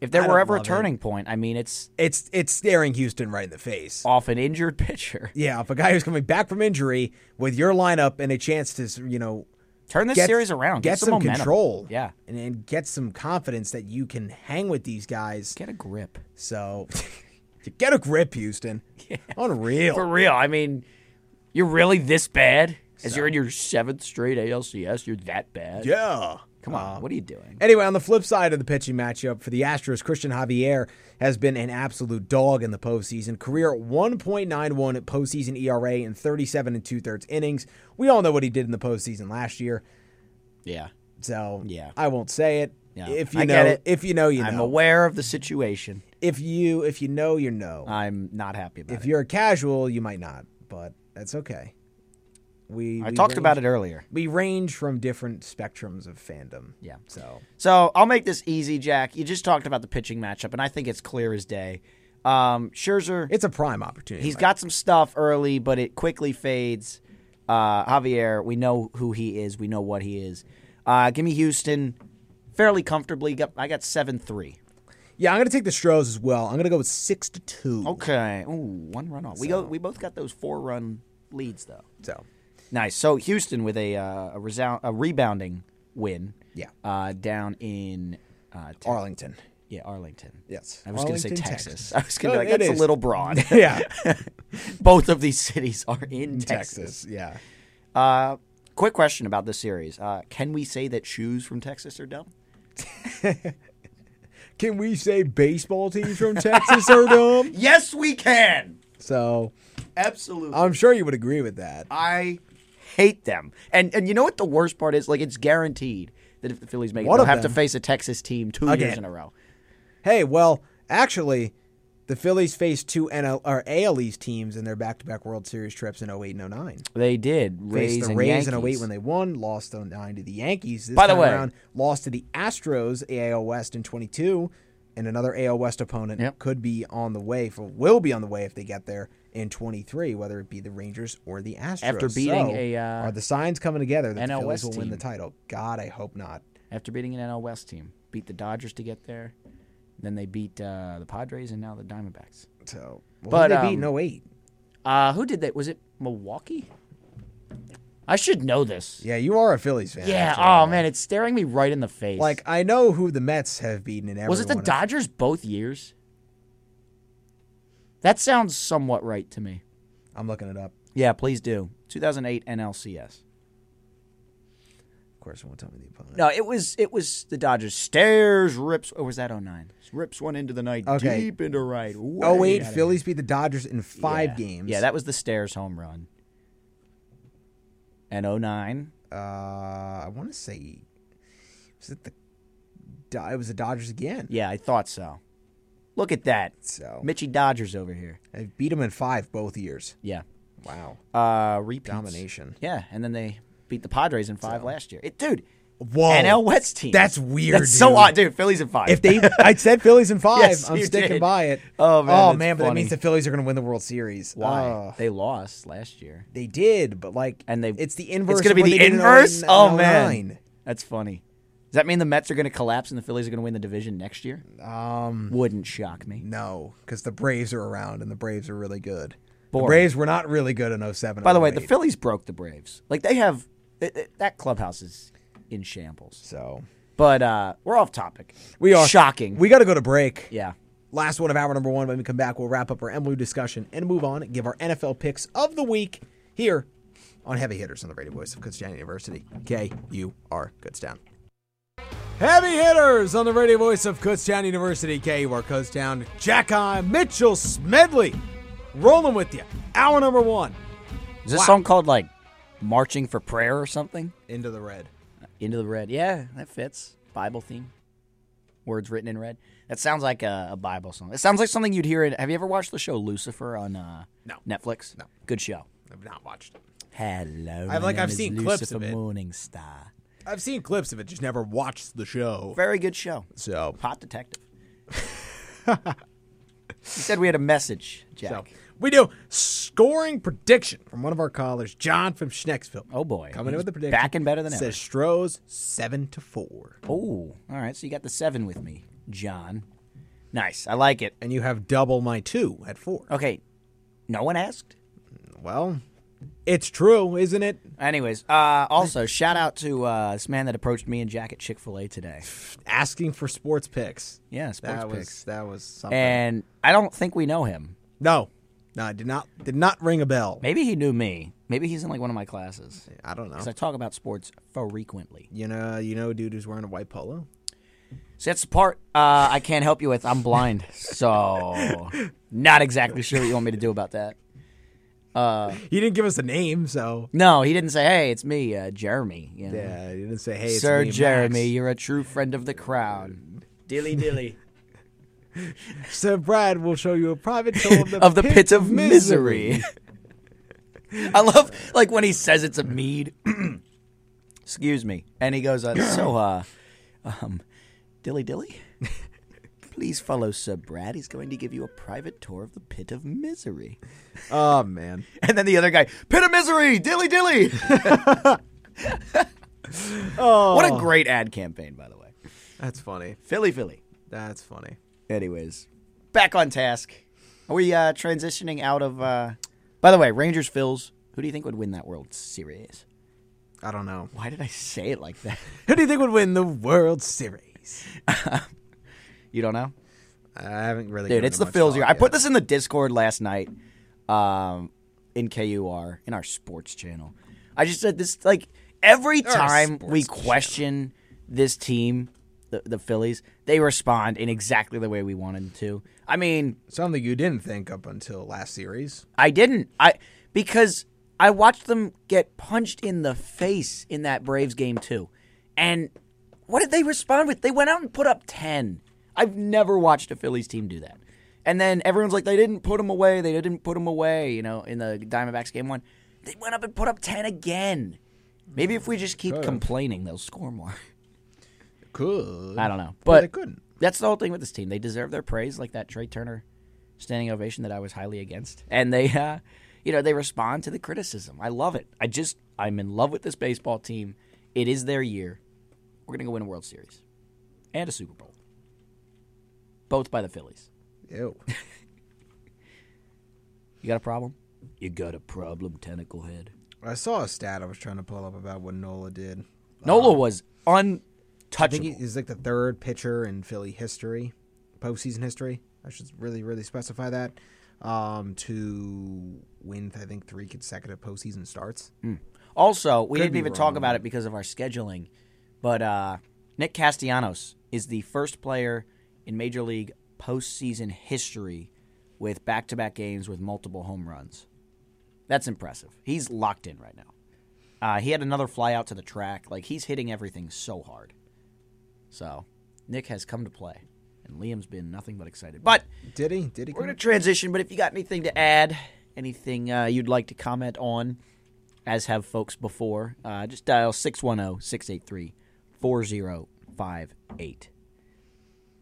If there
I
were
don't
ever a
love it.
turning point, I mean, it's
It's it's staring Houston right in the face.
off an injured *laughs* pitcher.
Yeah, if a guy who's coming back from injury with your lineup and a chance to, you know,
Turn this series around. Get,
get
some, momentum.
control,
Yeah.
and, and get some confidence that you can hang with these guys.
Get a grip.
So, *laughs* get a grip, Houston. Unreal.
For real. I mean, you're really this bad? As you're in your seventh straight ALCS, you're that bad?
yeah.
Come on. what are you doing?
Anyway, on the flip side of the pitching matchup for the Astros, Christian Javier has been an absolute dog in the postseason. Career 1.91 at postseason ERA in 37 and two thirds innings. We all know what he did in the postseason last year,
Yeah.
so
Yeah.
I won't say it.
Yeah.
If you
I
know,
get it.
if you know, you
I'm
know.
aware of the situation.
If you if you know, you know.
I'm not happy about
if
it.
you're a casual, you might not, but that's okay. We
I
we
talked
range-
about it earlier.
We range from different spectrums of fandom.
Yeah.
So
So I'll make this easy, Jack. You just talked about the pitching matchup, and I think it's clear as day. Um, Scherzer,
it's a prime opportunity.
he's
Mike.
got some stuff early, but it quickly fades. Uh, Javier, we know who he is. We know what he is. Uh, give me Houston fairly comfortably. Got, I got 7 3.
Yeah, I'm gonna take the Stros as well. I'm gonna go with six to two.
Okay. Ooh, one run off. We, go, we both got those four run leads, though.
So
Nice. So Houston with a uh, a, resound, a rebounding win.
Yeah.
Uh, down in uh, Tex- *laughs*
Arlington.
yeah Arlington.
Yes.
I was going to say
Arlington,
Texas. I was going to
No,
be
it
like that's
is.
a little *laughs* broad.
Yeah.
Both of these cities are in Texas.
Texas. Yeah.
Uh, quick question about this series: uh, Can we say that shoes from Texas are dumb?
Can we say baseball teams from Texas are
*laughs*
dumb?
Yes, we can.
So
Absolutely.
I'm sure you would agree with that.
I hate them. And and you know what the worst part is? Like it's guaranteed that if the Phillies make it,
One
they'll
of
have to
them.
face a Texas team two years
Again.
in a row.
Hey, well, actually, the Phillies faced two NL or AL East teams in their back-to-back World Series trips in 08 and 09.
They did.
Faced
Rays
the
and
Rays in
Yankees.
08 when they won, lost 09 to the Yankees. This
By the
time
way-
around, lost to the Astros AL West in 22, and another AL West opponent
Yep.
could be on the way for will be on the way if they get there in 23, whether it be the Rangers or the Astros.
After beating
So,
a, uh,
are the signs coming together that the
NL
Phillies will
West
win the
team.
title? God, I hope not.
after beating an NL West team. Beat the Dodgers to get there. Then they beat uh, the Padres and now the Diamondbacks.
So, well,
But,
who they beat in
um,
08.
Uh, who did that? Was it Milwaukee? I should know this.
Yeah, you are a Phillies fan.
Yeah.
after all.
Oh man, it's staring me right in the face.
Like I know who the Mets have beaten in every
was it the
one of-
Dodgers both years? That sounds somewhat right to me.
I'm looking it up.
Yeah, please do. 2008 NLCS.
Of course, it won't tell me the opponent.
No, it was it was the Dodgers. Stairs rips. Or was that 09? Rips one into the night,
Okay.
deep into right.
Oh
way
eight,
out of-
Phillies beat the Dodgers in five
Yeah.
games.
Yeah, that was the Stairs home run. And 09.
Uh, I want to say, was it the? Do- It was the Dodgers again.
Yeah, I thought so. Look at that.
So-
Mitchy Dodgers over here.
They beat them in five both years.
Yeah.
Wow,
Uh, repeats.
domination.
Yeah, and then they beat the Padres in five last year. It, dude,
Whoa,
NL West team.
Oh, That's weird,
That's so
dude.
odd, dude. Phillies in five.
If they, I said Phillies in five.
Yes,
I'm
you
sticking
did.
by it.
Oh, man, that's
but that
funny.
means the Phillies are going to win the World Series.
why
Oh,
they lost last year,
they did, but like,
and they
it's the inverse.
It's gonna
of
be
what they
the
did in
inverse.
09
oh
and
man,
09.
that's funny. Does that mean the Mets are going to collapse and the Phillies are going to win the division next year? Um, wouldn't shock me.
No, because the Braves are around and the Braves are really good. The
Boring.
Braves were not really good in 07.
By the way, the
08,
Phillies broke the Braves. Like they have it, it- that clubhouse is in shambles.
so
But uh, we're off topic.
we are
shocking.
We got to go to break.
yeah.
Last one of hour number one. When we come back, we'll wrap up our MLB discussion and move on. and Give our NFL picks of the week here on Heavy Hitters on the Radio Voice of Kutztown University. K U R Kutztown. Heavy hitters on the radio voice of Kutztown University, KUR Kutztown, Jack High, Mitchell Smedley, rolling with you. Hour number one,
Is this
Wow.
song called like "Marching for Prayer" or something?
into the red.
Into the red. Yeah, that fits. Bible theme. Words written in red. That sounds like a, a Bible song. It sounds like something you'd hear. In, have you ever watched the show Lucifer on uh,
No.
Netflix?
No.
Good show.
I've not watched it.
Hello.
I've-
my
like,
name
I've
is
seen
Lucifer
clips of it.
Morningstar.
I've seen clips of it, just never watched the show.
Very good show.
So,
Hot
*laughs*
detective. he said we had a message, Jack.
so we do scoring prediction from one of our callers, John from Schnecksville.
Oh boy,
coming in
He's
with the prediction.
back and better than
Says Stroh's seven to four,
ever. Oh, all right. So you got the seven with me, John. Nice. I like it.
and you have double my two at four.
Okay. No one asked.
Well, it's true, isn't it?
Anyways, uh, also shout out to uh, this man that approached me and Jack at Chick Fil A today.
Asking for sports picks.
Yeah, sports
that was
picks.
that was something.
And I don't think we know him.
no, no, it did not did not ring a bell.
Maybe he knew me. Maybe he's in like one of my classes
I don't know.
because I talk about sports frequently.
You know, you know, a dude who's wearing a white polo.
So that's the part uh, I can't help you with.
*laughs*
I'm blind, so not exactly sure what you want me to do about that.
He didn't give us a name, so
No, he didn't say, "Hey, it's me, uh, Jeremy." You know?
yeah, he didn't say, "Hey, it's
Sir
me, Max."
Jeremy, you're a true friend of the crowd. Dilly dilly.
Sir Brad will show you a private tour of the,
*laughs* of the pit of *laughs* misery. I love like when he says it's a mead. *clears throat* Excuse me, and he goes, uh, "So, uh, um, dilly dilly, *laughs* please follow Sir Brad. He's going to give you a private tour of the pit of misery."
Oh man.
And then the other guy, "Pit of misery, dilly dilly." *laughs* oh. What a great ad campaign, by the way.
That's funny.
Philly, Philly.
That's funny.
Anyways, back on task. Are we uh, transitioning out of? Uh... By the way, Rangers Phils. Who do you think would win that World Series?
I don't know.
Why did I say it like that? *laughs*
Who do you think would win the World Series?
You don't know,
I haven't really.
dude.
given
It's
it
the
much
Phils
thought
year. I
yet.
put this in the Discord last night, um, in KUR in our sports channel. I just said this like every time we
sports
question this team, the the Phillies, they respond in exactly the way we want them to. I mean,
something you didn't think up until last series.
I didn't. I because I watched them get punched in the face in that Braves game too. And what did they respond with? They went out and put up 10. I've never watched a Phillies team do that. And then everyone's like they didn't put them away. They didn't put them away, you know, in the Diamondbacks game 1. They went up and put up 10 again. Maybe if we just keep complaining, they'll score more.
Could
I don't know.
but
But
they couldn't.
That's the whole thing with this team. They deserve their praise, like that Trey Turner standing ovation that I was highly against, and they, uh, you know, they respond to the criticism. I love it. I just I'm in love with this baseball team. It is their year. We're gonna go win a World Series and a Super Bowl, both by the Phillies. *laughs*
Ew.
You got a problem? You got a problem, Tentaclehead.
I saw a stat I was trying to pull up about what Nola did.
Nola was
I think he-
untouchable.
he's like the third pitcher in Philly history, postseason history. I should really, really specify that um, to win. I think three consecutive postseason starts.
Also, we
Could
didn't
be
even talk
wrong.
about it because of our scheduling, but uh, Nick Castellanos is the first player in Major League postseason history with back-to-back games with multiple home runs. That's impressive. He's locked in right now. Uh, he had another fly out to the track. Like he's hitting everything so hard. So Nick has come to play, and Liam's been nothing but excited. But
Did he? Did he?
We're
come-
going to transition, but if you got anything to add, anything uh, you'd like to comment on, as have folks before, uh, just dial oh, 610 683 4058.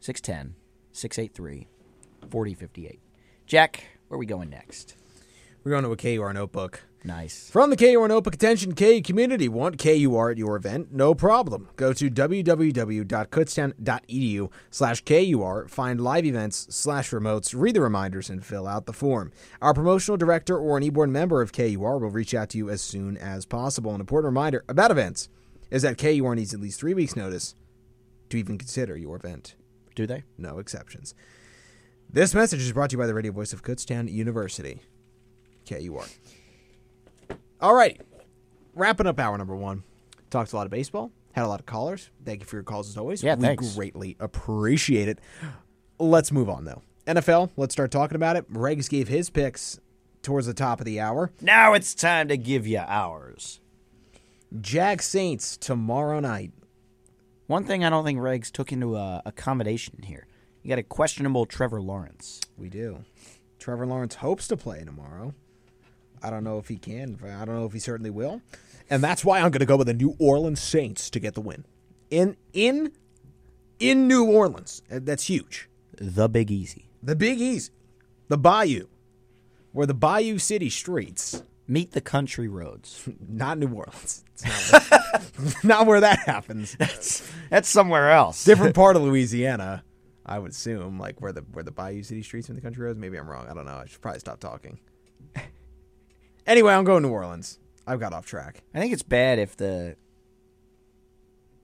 610 683 4058. Jack, where are we going next?
We're going to a KUR notebook.
Nice.
From the KUR Notebook, attention KU community. Want KUR at your event? No problem. Go to www.kutztown.edu slash KUR, find live events slash remotes, read the reminders, and fill out the form. Our promotional director or an eborn member of KUR will reach out to you as soon as possible. An important reminder about events is that KUR needs at least three weeks' notice to even consider your event.
Do they?
No exceptions. This message is brought to you by the radio voice of Kutztown University. KUR. All right. Wrapping up hour number one. Talked a lot of baseball. Had a lot of callers. Thank you for your calls as always.
Yeah,
we
thanks.
greatly appreciate it. Let's move on though. NFL, let's start talking about it. Regs gave his picks towards the top of the hour.
Now it's time to give you ours.
Jag Saints tomorrow night.
One thing I don't think Regs took into uh, accommodation here you got a questionable Trevor Lawrence.
We do. Trevor Lawrence hopes to play tomorrow. I don't know if he can. but I don't know if he certainly will. And that's why I'm going to go with the New Orleans Saints to get the win. In in in New Orleans. Uh, That's huge.
The Big Easy.
The Big Easy, the Bayou, where the Bayou City streets,
Meet the country roads.
not New Orleans. It's not where, *laughs* not where that happens.
That's somewhere else.
Different part of Louisiana, I would assume, like where the where the Bayou City streets and the country roads. Maybe I'm wrong. I don't know. I should probably stop talking. anyway, I'm going to New Orleans. I've got off track. *laughs*
I think it's bad if the.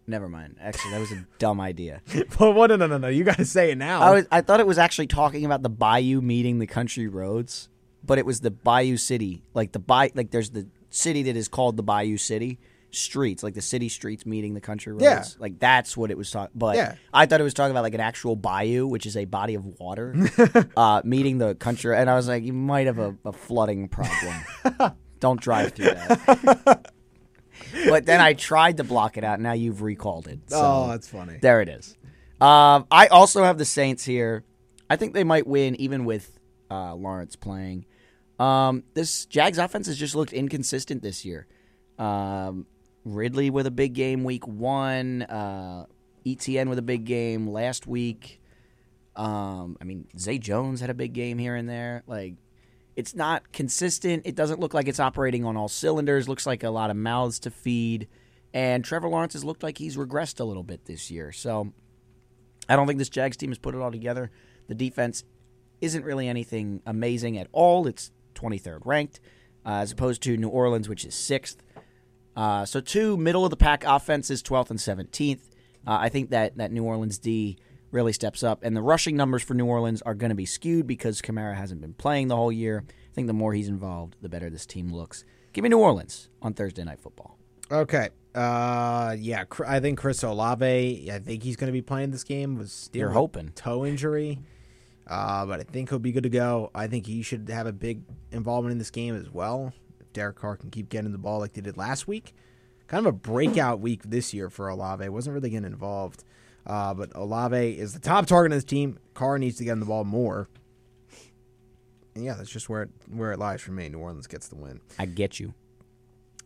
Never mind. Actually, that was a dumb idea.
but what? No, no, no, no. You got to say it now.
I was, I thought it was actually talking about the bayou meeting the country roads, but it was the bayou city, like the bay, like there's the city that is called the bayou city streets, like the city streets meeting the country roads.
Yeah.
Like that's what it was talking. But
Yeah.
I thought it was talking about like an actual bayou, which is a body of
*laughs*
water, uh, meeting the country. And I was like, you might have a, a
*laughs*
flooding problem. Don't drive through that. but then I tried to block it out. Now you've recalled it. So.
oh, that's funny.
There it is. Um, I also have the Saints here. I think they might win even with uh, Lawrence playing. Um, this Jags offense has just looked inconsistent this year. Um, Ridley with a big game week one, uh, ETN with a big game last week. Um, I mean, Zay Jones had a big game here and there. Like, it's not consistent. It doesn't look like it's operating on all cylinders. Looks like a lot of mouths to feed. And Trevor Lawrence has looked like he's regressed a little bit this year. So I don't think this Jags team has put it all together. The defense isn't really anything amazing at all. It's 23rd ranked, uh, as opposed to New Orleans, which is sixth. Uh, so two middle of the pack offenses, 12th and 17th. Uh, I think that that New Orleans D really steps up, and the rushing numbers for New Orleans are going to be skewed because Kamara hasn't been playing the whole year. I think the more he's involved, the better this team looks. Give me New Orleans on Thursday Night Football.
Okay. Uh, yeah. Cr- I think Chris Olave. I think he's going to be playing this game. Was dealing
You're
with
hoping.
toe injury. Uh, but I think he'll be good to go. I think he should have a big involvement in this game as well. If Derek Carr can keep getting the ball like they did last week, kind of a breakout week this year for Olave. Wasn't really getting involved. Uh, but Olave is the top target of this team. Carr needs to get him the ball more. And yeah, that's just where it, where it lies for me. New Orleans gets the win.
I get you.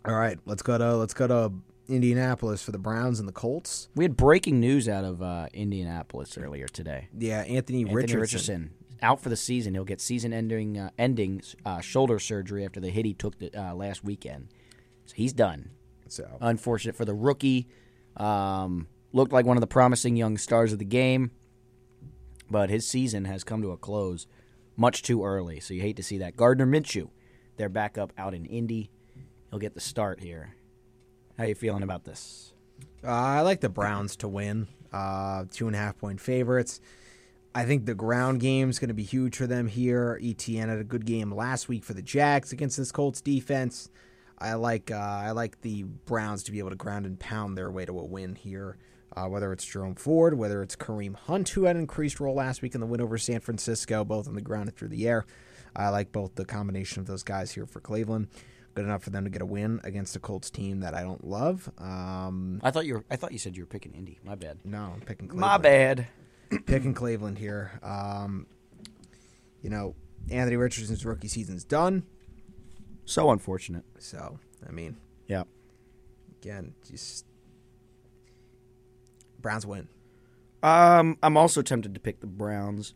All right, let's go to let's go to Indianapolis for the Browns and the Colts.
We had breaking news out of uh, Indianapolis earlier today.
Yeah, Anthony,
Anthony
Richardson,
Richardson out for the season. He'll get season-ending uh, ending uh, shoulder surgery after the hit he took the, uh, last weekend. So he's done.
So
Uh, Unfortunate for the rookie. Um, looked like one of the promising young stars of the game, but his season has come to a close much too early. So you hate to see that. Gardner Minshew, their backup out in Indy, he'll get the start here. How you feeling about this?
Uh, I like the Browns to win. Uh, two and a half point favorites. I think the ground game's going to be huge for them here. ETN had a good game last week for the Jacks against this Colts defense. I like uh, I like the Browns to be able to ground and pound their way to a win here. Uh, whether it's Jerome Ford, whether it's Kareem Hunt, who had an increased role last week in the win over San Francisco, both on the ground and through the air. I like both the combination of those guys here for Cleveland. Good enough for them to get a win against a Colts team that I don't love. Um,
I thought you were, I thought you said you were picking Indy. My bad.
no, I'm picking Cleveland.
My bad.
picking Cleveland here. Um, you know, Anthony Richardson's rookie season's done.
So unfortunate.
So, I mean,
Yeah.
again, just Browns win.
Um, I'm also tempted to pick the Browns,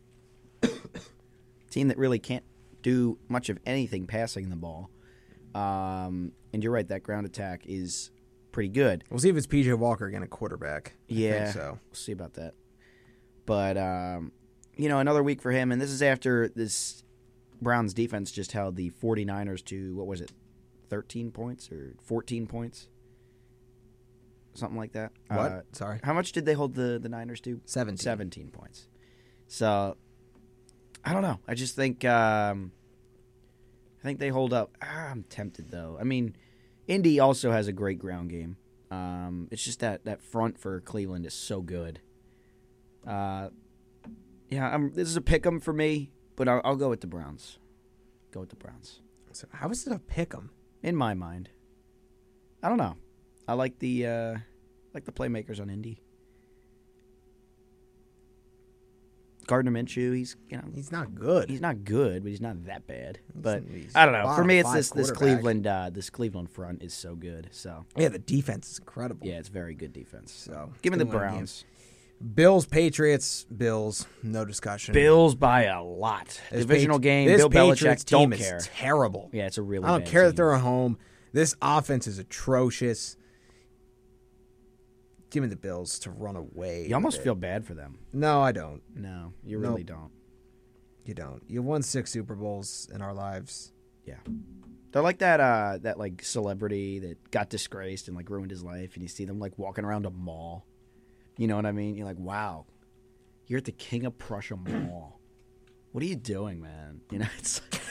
*coughs* team that really can't do much of anything passing the ball. Um, and you're right, that ground attack is pretty good.
We'll see if it's PJ Walker again at quarterback. I think
Yeah,
so
we'll see about that. But um, you know, another week for him, and this is after this Browns defense just held the 49ers to what was it, 13 points or 14 points, something like that.
what?
Uh,
Sorry,
how much did they hold the the Niners to?
seventeen.
17 points. So I don't know. I just think um, I think they hold up. Ah, I'm tempted though. I mean, Indy also has a great ground game. Um, it's just that that front for Cleveland is so good. Uh, yeah, I'm, this is a pick 'em for me, but I'll, I'll go with the Browns. Go with the Browns
So how is it a pick 'em?
in my mind. I don't know. I like the uh, like the playmakers on Indy. Gardner Minshew, he's you know
He's not good.
he's not good, but he's not that bad. But
he's
I don't know. For
bottom
me, it's
five
this this
quarterback.
Cleveland uh, this Cleveland front is so good. So
yeah, the defense is incredible.
yeah, it's very good defense.
So,
So give me the
it's gonna win
Browns.
Bills, Patriots, Bills, no discussion.
Bills by a lot.
This
Divisional
Patri-
game.
This
Bill
Patriots
Belichick
team is
don't care.
terrible.
yeah, it's a really.
I don't
bad
care that
team.
they're at home. This offense is atrocious. Give me the Bills to run away.
You almost
with it.
feel bad for them.
No, I don't.
No, you
Nope.
really don't.
You don't. You won six Super Bowls in our lives.
Yeah. They're like that uh that like celebrity that got disgraced and like ruined his life and you see them like walking around a mall. You know what I mean? You're like, "Wow. You're at the King of *clears throat* Prussia Mall. What are you doing, man?" *laughs* You know, it's like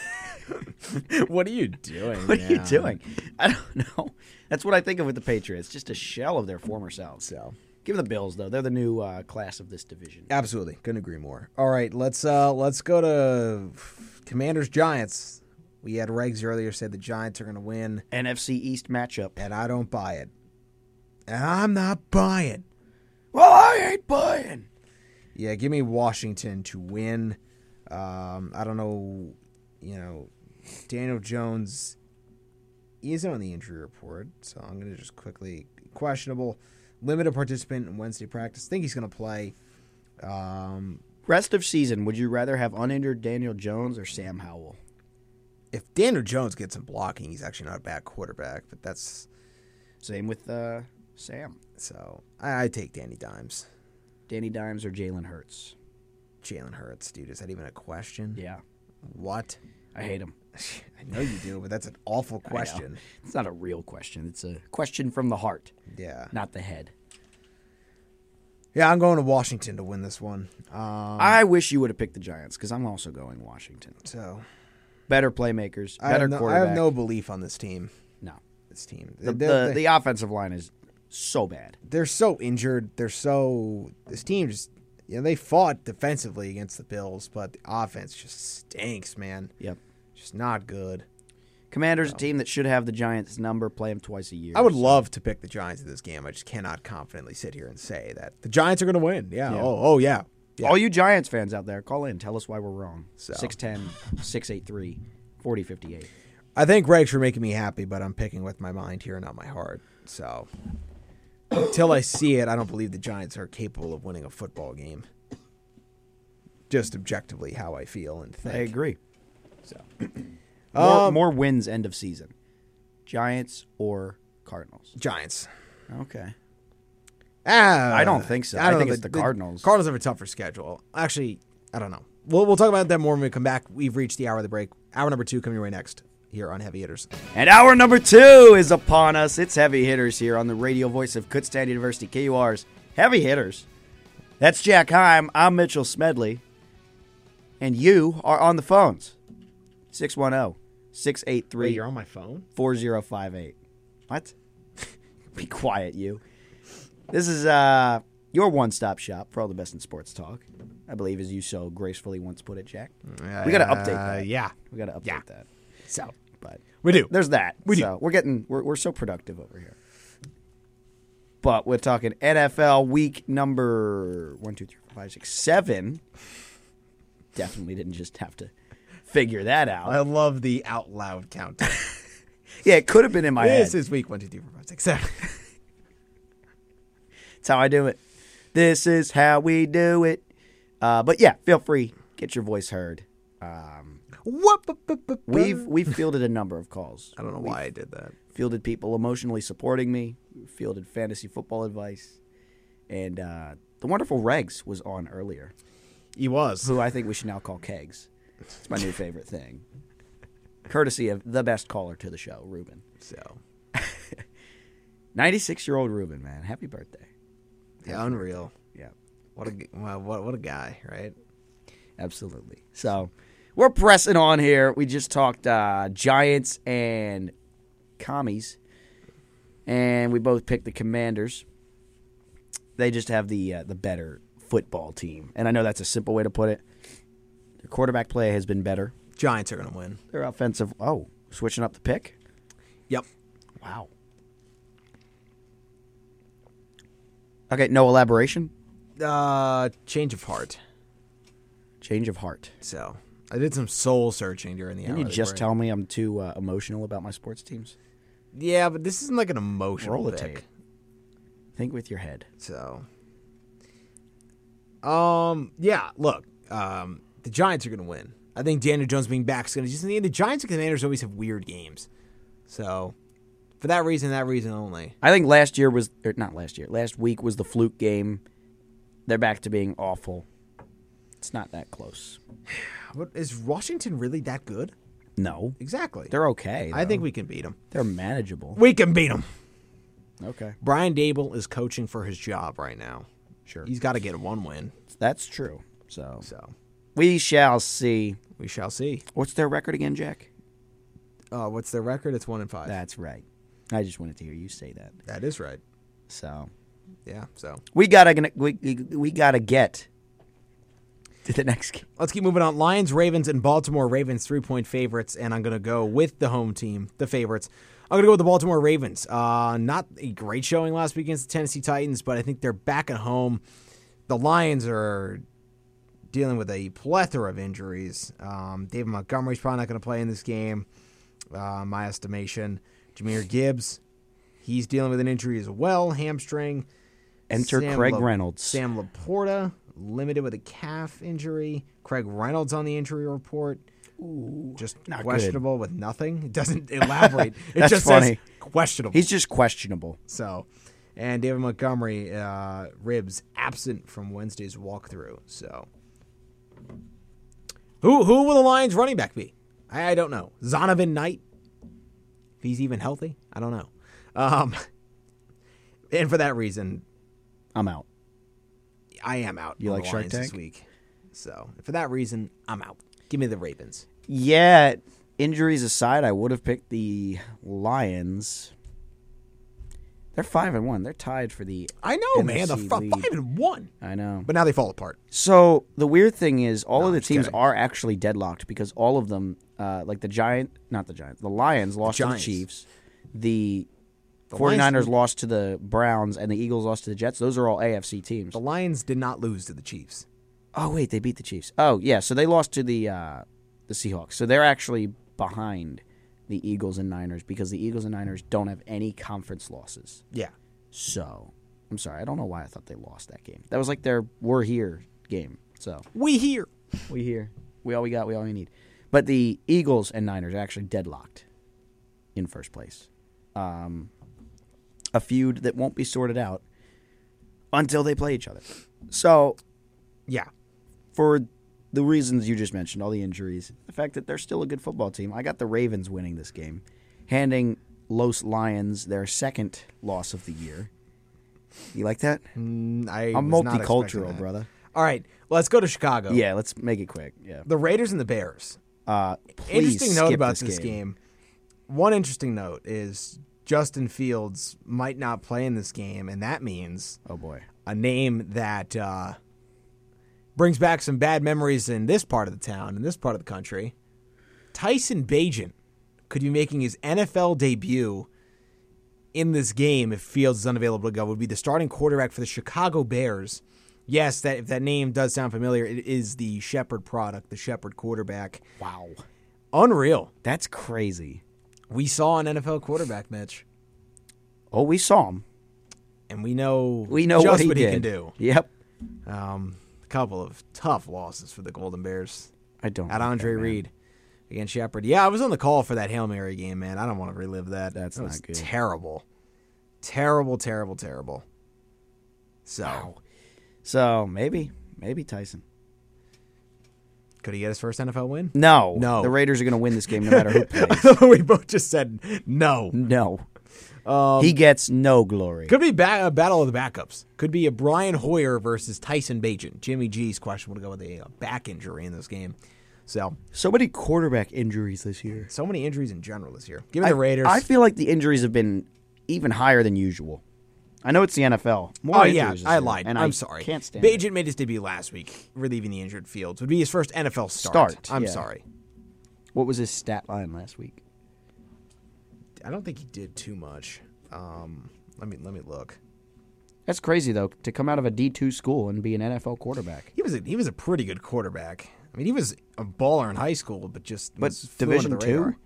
*laughs* What are
*laughs*
you doing? What are you
man?
doing? I don't *laughs* know. That's what I think of with the Patriots, just a shell of their former selves.
So
Give them the Bills though. They're the new uh, class of this division.
absolutely, couldn't agree more. All right, let's uh let's go to Commanders Giants. We had Regs earlier said the Giants are going to win,
NFC East matchup.
and I don't buy it. And I'm not buying.
Well, I ain't buying.
Yeah, give me Washington to win. Um, I don't know, you know, Daniel Jones isn't on the injury report, so I'm going to just quickly questionable, limited participant in Wednesday practice. Think he's going to play. Um,
Rest of season, would you rather have uninjured Daniel Jones or Sam Howell?
if Daniel Jones gets some blocking, he's actually not a bad quarterback, but that's
Same with uh, Sam.
so I, I take Danny Dimes.
Danny Dimes or Jalen Hurts?
Jalen Hurts, dude, is that even a question?
Yeah,
What?
I hate him.
I know you do, but that's an awful
*laughs* I know.
question.
It's not a real question. It's a question from the heart,
Yeah.
not the head.
Yeah, I'm going to Washington to win this one. Um,
I wish you would have picked the Giants because I'm also going Washington.
so
Better playmakers,
I have,
better
no, I
quarterback.
have no belief on this team.
no.
This team,
The,
they're,
the, the offensive line is so bad.
they're so injured. They're so this team just you know they fought defensively against the Bills, but the offense just stinks, man.
Yep.
Just not good.
Commanders, a team that should have the Giants' number, play them twice a year.
I would
so-
love to pick the Giants in this game. I just cannot confidently sit here and say that the Giants are going to win. Yeah.
Yeah.
Oh, oh yeah. Yeah.
All you Giants fans out there, call in. Tell us why we're wrong.
So.
610 683 4058.
I thank Regs for making me happy, but I'm picking with my mind here, not my heart. So until I see it, I don't believe the Giants are capable of winning a football game. just objectively how I feel and think.
I agree. *clears throat*
So.
More,
Um,
more wins end of season. Giants or Cardinals?
Giants.
Okay.
Ah,
I don't think so. I
don't
think
know.
it's the Cardinals.
Cardinals have a tougher schedule. Actually, I don't know. We'll, we'll talk about that more when we come back. We've reached the hour of the break. Hour number two coming your way next here on Heavy Hitters.
And hour number two is upon us. It's Heavy Hitters here on the radio voice of Kutztown University, KUR's Heavy Hitters. That's Jack Heim. I'm Mitchell Smedley. And you are on the phones 610 683
on my phone?
4058. What? *laughs* Be quiet, you. This is uh, your one stop shop for all the best in sports talk, I believe, as you so gracefully once put it, Jack. we got to update that.
Uh, yeah.
We got to update
Yeah.
that.
So
But
we do.
there's that.
We do.
so We're getting we're, we're so productive over here. But we're talking NFL week number one, two, three, four, five, six, seven. Definitely didn't just have to figure that
I
out.
love the out loud countdown.
*laughs* Yeah, it could have been in my head.
this is week one, two, three, four, five, six, seven. *laughs*
That's how I do it. This is how we do it. Uh, but yeah, feel free get your voice heard. Um,
Whoop, bup, bup, bup,
We've
bup. *laughs*
we've fielded a number of calls.
I don't know why I did that.
Fielded people emotionally supporting me. Fielded fantasy football advice, and uh, the wonderful Regs was on earlier,
He was.
who I think we should now call Kegs. It's my new favorite thing. Courtesy of the best caller to the show, Ruben.
So
96 year old Ruben, man. Happy birthday.
yeah, unreal.
Yeah.
What a g- wow, what what a guy, right?
Absolutely. So we're pressing on here. We just talked uh, Giants and commies, and we both picked the Commanders. They just have the uh, the better football team, and I know that's a simple way to put it. Their quarterback play has been better.
Giants are gonna win.
Their offensive oh switching up the pick.
Yep.
Wow. Okay, no elaboration.
Uh, change of heart.
Change of heart.
So I did some soul searching during the hour.
Didn't you
of the
just
break.
tell me I'm too uh, emotional about my sports teams?
Yeah, but this isn't like an emotional
Roll the
pick.
tape. Think with your head.
So, um, yeah. Look, um, the Giants are gonna win. I think Daniel Jones being back is gonna just in the end. The Giants and Commanders always have weird games. So, for that reason, that reason only.
I think last year was or not last year. Last week was the fluke game. They're back to being awful. It's not that close.
What is Washington really that good?
No,
Exactly.
they're okay.
I
though.
think we can beat them.
they're manageable.
We can beat them.
Okay,
Brian Dable is coaching for his job right now.
sure,
He's got to get one win.
that's true. So
So
we shall see.
we shall see.
What's their record again, Jack?
Uh, what's their record? It's one and five.
That's right. I just wanted to hear you say that.
that is right.
So
Yeah. So
we gotta gonna- we we, we gotta get to the next game.
Let's keep moving on. Lions, Ravens, and Baltimore Ravens three point favorites, and I'm going to go with the home team, the favorites. I'm going to go with the Baltimore Ravens. Uh, not a great showing last week against the Tennessee Titans, but I think they're back at home. The Lions are dealing with a plethora of injuries. Um, David Montgomery's probably not going to play in this game, uh, my estimation. Jameer Gibbs, he's dealing with an injury as well, hamstring.
Enter
Sam
Craig
La-
Reynolds.
Sam Laporta, limited with a calf injury. Craig Reynolds on the injury report. just
not good.
questionable with nothing. It doesn't
*laughs*
elaborate. It
That's
just says
funny.
questionable.
He's just questionable.
so, and David Montgomery uh, ribs absent from Wednesday's walkthrough. So, who who will the Lions running back be? I, I don't know. Zonovan Knight, if he's even healthy, I don't know. Um, and for that reason,
I'm out.
I am out.
You
on
like
the
Shark
Lions this
Tank?
week? So for that reason, I'm out. Give me the Ravens.
Yeah, injuries aside, I would have picked the Lions. They're five and one. They're tied for the.
I know,
NFC
man. The f-
lead.
five and one,
I know.
but now they fall apart.
So the weird thing is, all
No,
of the
I'm just
teams
kidding.
are actually deadlocked because all of them, uh, like the Giant, not the Giants, the Lions lost to the
Giants.
Chiefs. The,
The
49ers
Lions,
lost to the Browns and the Eagles lost to the Jets. Those are all AFC teams.
The Lions did not lose to the Chiefs.
Oh wait, they beat the Chiefs. Oh yeah, so they lost to the uh, the Seahawks. So they're actually behind the Eagles and Niners because the Eagles and Niners don't have any conference losses.
Yeah,
So I'm sorry, I don't know why I thought they lost that game. That was like their we're here game. So
we here.
We here. We all we got. We all we need. But the Eagles and Niners are actually deadlocked in first place. Um, a feud that won't be sorted out until they play each other. So
Yeah.
for the reasons you just mentioned, all the injuries, the fact that they're still a good football team. I got the Ravens winning this game, handing Los Lions their second loss of the year. You like that?
I
I'm
Mm, was not expecting
multicultural,
that. Oh.
brother.
All right, let's go to Chicago.
Yeah, let's make it quick. Yeah.
The Raiders and the Bears.
Uh, please
interesting note
skip
about
this, game.
One interesting note is Justin Fields might not play in this game, and that means
Oh boy.
a name that uh, brings back some bad memories in this part of the town, in this part of the country. Tyson Bajan could be making his NFL debut in this game if Fields is unavailable to go. Would be the starting quarterback for the Chicago Bears. Yes, that if that name does sound familiar, it is the Shepherd product, the Shepherd quarterback.
Wow.
Unreal.
That's crazy.
We saw an NFL quarterback, Mitch,
Oh, we saw him.
and we know
We know
just
what he, did.
can do.
Yep.
Um, a couple of tough losses for the Golden Bears.
I don't.
at
like
Andre
that, man.
Reed against Shepard. Yeah, I was on the call for that Hail Mary game, man. I don't want to relive that. That's that was
not good.
terrible. Terrible, terrible, terrible. So,
So maybe, maybe Tyson.
could he get his first NFL win? *laughs*
No,
No.
The Raiders are going to win this game no
*laughs*
matter who plays.
we both just said no.
No. Um, he gets no glory.
Could be ba- a battle of the backups. Could be a Brian Hoyer versus Tyson Bajan. Jimmy G's questionable to go with a uh, back injury in this game. So,
So many quarterback injuries this year.
so many injuries in general this year. Give me the Raiders.
I feel like the injuries have been even higher than usual. I know it's the NFL. More
Oh
injuries
yeah,
this
I
year,
lied.
And
I'm
I
sorry.
Can't stand it.
Bajent made his debut last week, relieving the injured Fields. Would be his first NFL start.
Start,
I'm
yeah.
sorry.
What was his stat line last week?
I don't think he did too much. Um, let me let me look.
That's crazy though to come out of a D two school and be an NFL quarterback.
He was a, he was a pretty good quarterback. I mean, he was a baller in high school, but just
But
was flew under
Division
the
two.
radar.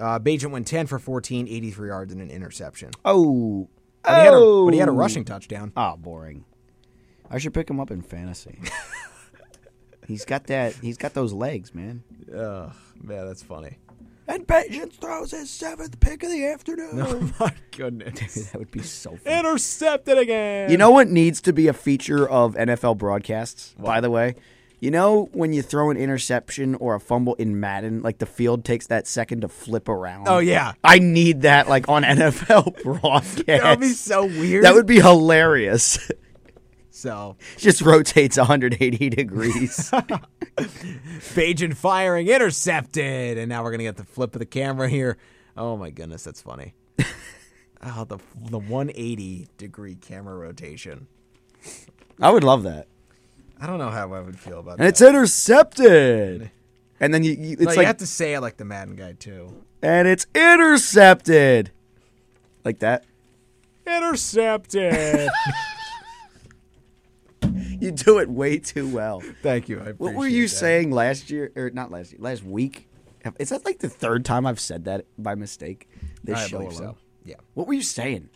Uh, Bajent went 10 for 14, 83 yards and an interception.
Oh,
But, he had a,
oh,
but he had a rushing touchdown.
Ah, boring. I should pick him up in
*laughs*
fantasy. he's got that. He's got those legs, man.
Ugh, man, that's
*laughs*
funny.
And Patience throws his seventh pick of the afternoon.
Oh my goodness!
that would
*laughs*
be so funny.
Intercepted again.
You know what needs to be a feature of NFL broadcasts, by the way? You know when you throw an interception or a fumble in Madden, like the field takes that second to flip around.
Oh
*laughs*
yeah.
I need that like on *laughs* NFL broadcasts.
That would be so weird.
That would be hilarious. *laughs*
so
Just rotates
*laughs*
180 degrees.
Bajan firing, intercepted, and now we're gonna get the flip of the camera here. Oh my goodness, that's funny. *laughs* oh, the the 180 degree camera rotation.
I would love that.
I don't know how I would feel about
And
that.
it's intercepted. And then you, you it's
No, you
like
have to say it like the Madden guy too.
and it's intercepted. Like that. *laughs*
Intercepted.
You do it way too well.
Thank you. I
What were
appreciate
you
that.
saying last year, or not last year, last week? Have- Is that like the third time I've said that by mistake? This
I
show
believe
alone.
so. Yeah. *laughs*
What were you saying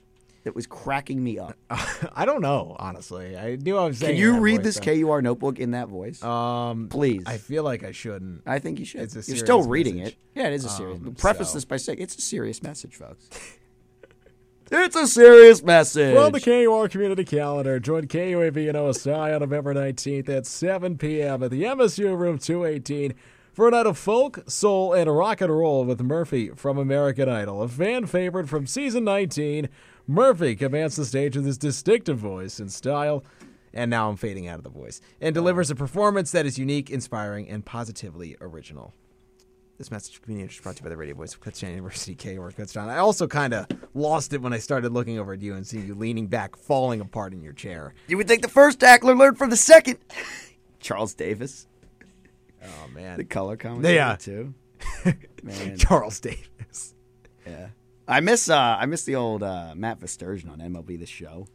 that was cracking me up?
I don't know, honestly. I knew I was saying.
Can
it
you
that
read
voice,
this
though.
KUR notebook in that voice?
Um,
Please.
I
I,
feel like I shouldn't.
think you should.
It's a
You're still
serious
reading
message.
it. Yeah, it is a serious.
Um,
preface
so-
this by saying it's a serious message, folks. *laughs* it's a serious message.
Well, the KUR community calendar. Join KUAV and OSI on November 19th at 7 p.m. at the MSU Room 218 for a night of folk, soul, and rock and roll with Murphy from American Idol, a fan favorite from season 19. Murphy commands the stage with his distinctive voice and style. And now I'm fading out of the voice. And delivers a performance that is unique, inspiring, and positively original. This message community is brought to you by the Radio Voice of Kutztown University, K or Kutztown. I also kind of lost it when I started looking over at you and seeing you leaning back, falling apart in your chair.
you would think the first tackler learned from the second. *laughs* Charles Davis,
Oh
the
man,
color commentator
Yeah.
too.
*laughs*
Man.
Charles Davis.
I miss uh I miss the old uh, Matt Vesturgeon on MLB The Show.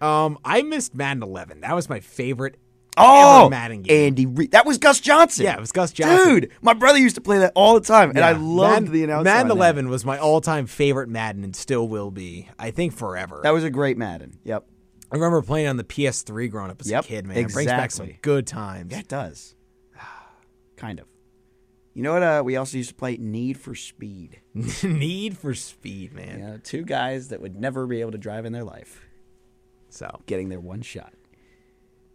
Um, I missed Madden 11. That was my favorite.
Oh!
ever Madden game.
Andy Reid. That was Gus Johnson.
Yeah, it was Gus Johnson.
Dude, my brother used to play that all the time, and I
Yeah.
loved
Madden-
the announcement.
Madden 11 was my all-time favorite Madden, and still will be. I think forever.
That was a great Madden. Yep,
I remember playing on the PS3 growing up as
Yep,
a kid. Man, it brings back some
exactly.
good times.
that does. *sighs* kind of. You know what? Uh, we also used to play Need for Speed.
*laughs* Need for speed, man.
You know, two guys that would never be able to drive in their life,
So
getting their one shot.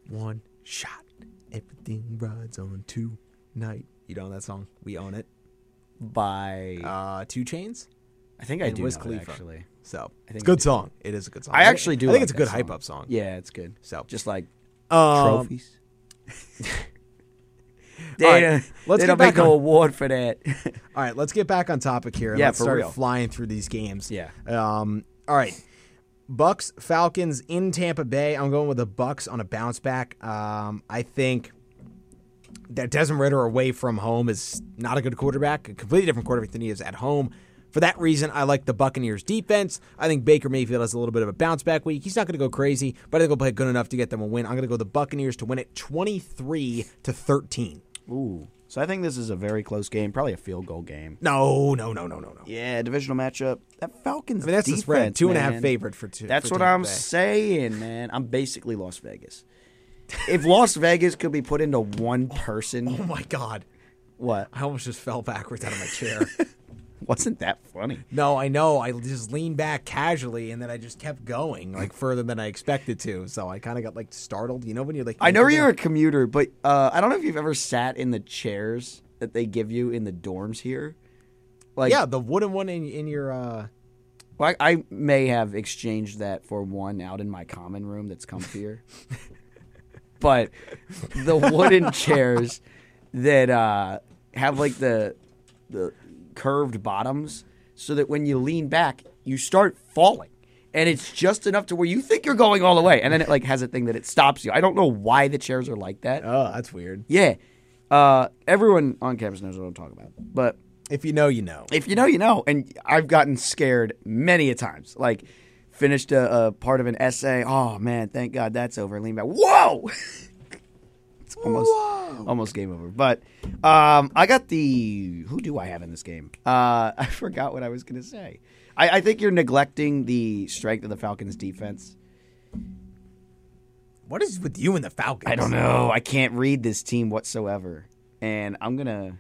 one shot, everything rides on tonight. You know that song? We own it.
By
Uh, Two Chains.
I think I
and
do
Wiz
know it,
Khalifa.
actually.
So
I
it's
think
a
I
good
do.
song. It is a good song.
I actually do.
I think
like
it's a
that
good
song.
hype up song.
Yeah, it's good.
So
Just like
um,
*laughs* trophies.
all right,
They, don't-
let's
they
get
don't
back
make an
on-
award for *laughs* that.
All right, let's get back on topic here. And
Yeah,
let's
for
start
real.
flying through these games.
Yeah.
Um. All right. Bucks Falcons in Tampa Bay. I'm going with the Bucks on a bounce back. Um. I think that Desmond Ritter away from home is not a good quarterback. A completely different quarterback than he is at home. For that reason, I like the Buccaneers defense. I think Baker Mayfield has a little bit of a bounce back week. He's not going to go crazy, but I think he'll play good enough to get them a win. I'm going to go the Buccaneers to win it 23 to 13.
Ooh. So I think this is a very close game, probably a field goal game.
No, no, no, no, no, no.
Yeah, divisional matchup. That Falcons.
I mean, that's the
defense,
spread. Two and a half
man.
favorite for two.
That's
for
what
Tampa
I'm
Bay.
saying, man. I'm basically Las Vegas. If Las Vegas could be put into one
*laughs* Oh
person,
my god!
what?
I almost just fell backwards out of my *laughs* chair.
Wasn't that funny?
no, I know. I just leaned back casually, and then I just kept going like further than I expected to. So I kind of got like startled. You know when you're like,
I know
thinking
you're a
of-
commuter, but uh, I don't know if you've ever sat in the chairs that they give you in the dorms here. Like,
yeah, the wooden one in in your. uh
well, I, I may have exchanged that for one out in my common room
*laughs*
that's comfier. but the wooden chairs that uh, have like the the curved bottoms, so that when you lean back, you start falling. And it's just enough to where you think you're going all the way, and then it like has a thing that it stops you. I don't know why the chairs are like that.
Oh, that's weird.
Yeah. Uh, everyone on campus knows what I'm talking about. But
If you know, you know.
if you know, you know. And I've gotten scared many a times. Like, finished a, a part of an essay. Oh, man, thank God that's over. Lean back. Whoa! *laughs* it's almost, almost game over. But um, I got the. Who do I have in this game? Uh, *laughs* I forgot what I was going to say. I, I think you're neglecting the strength of the Falcons defense.
What is with you and the Falcons?
I don't know. I can't read this team whatsoever. And I'm going to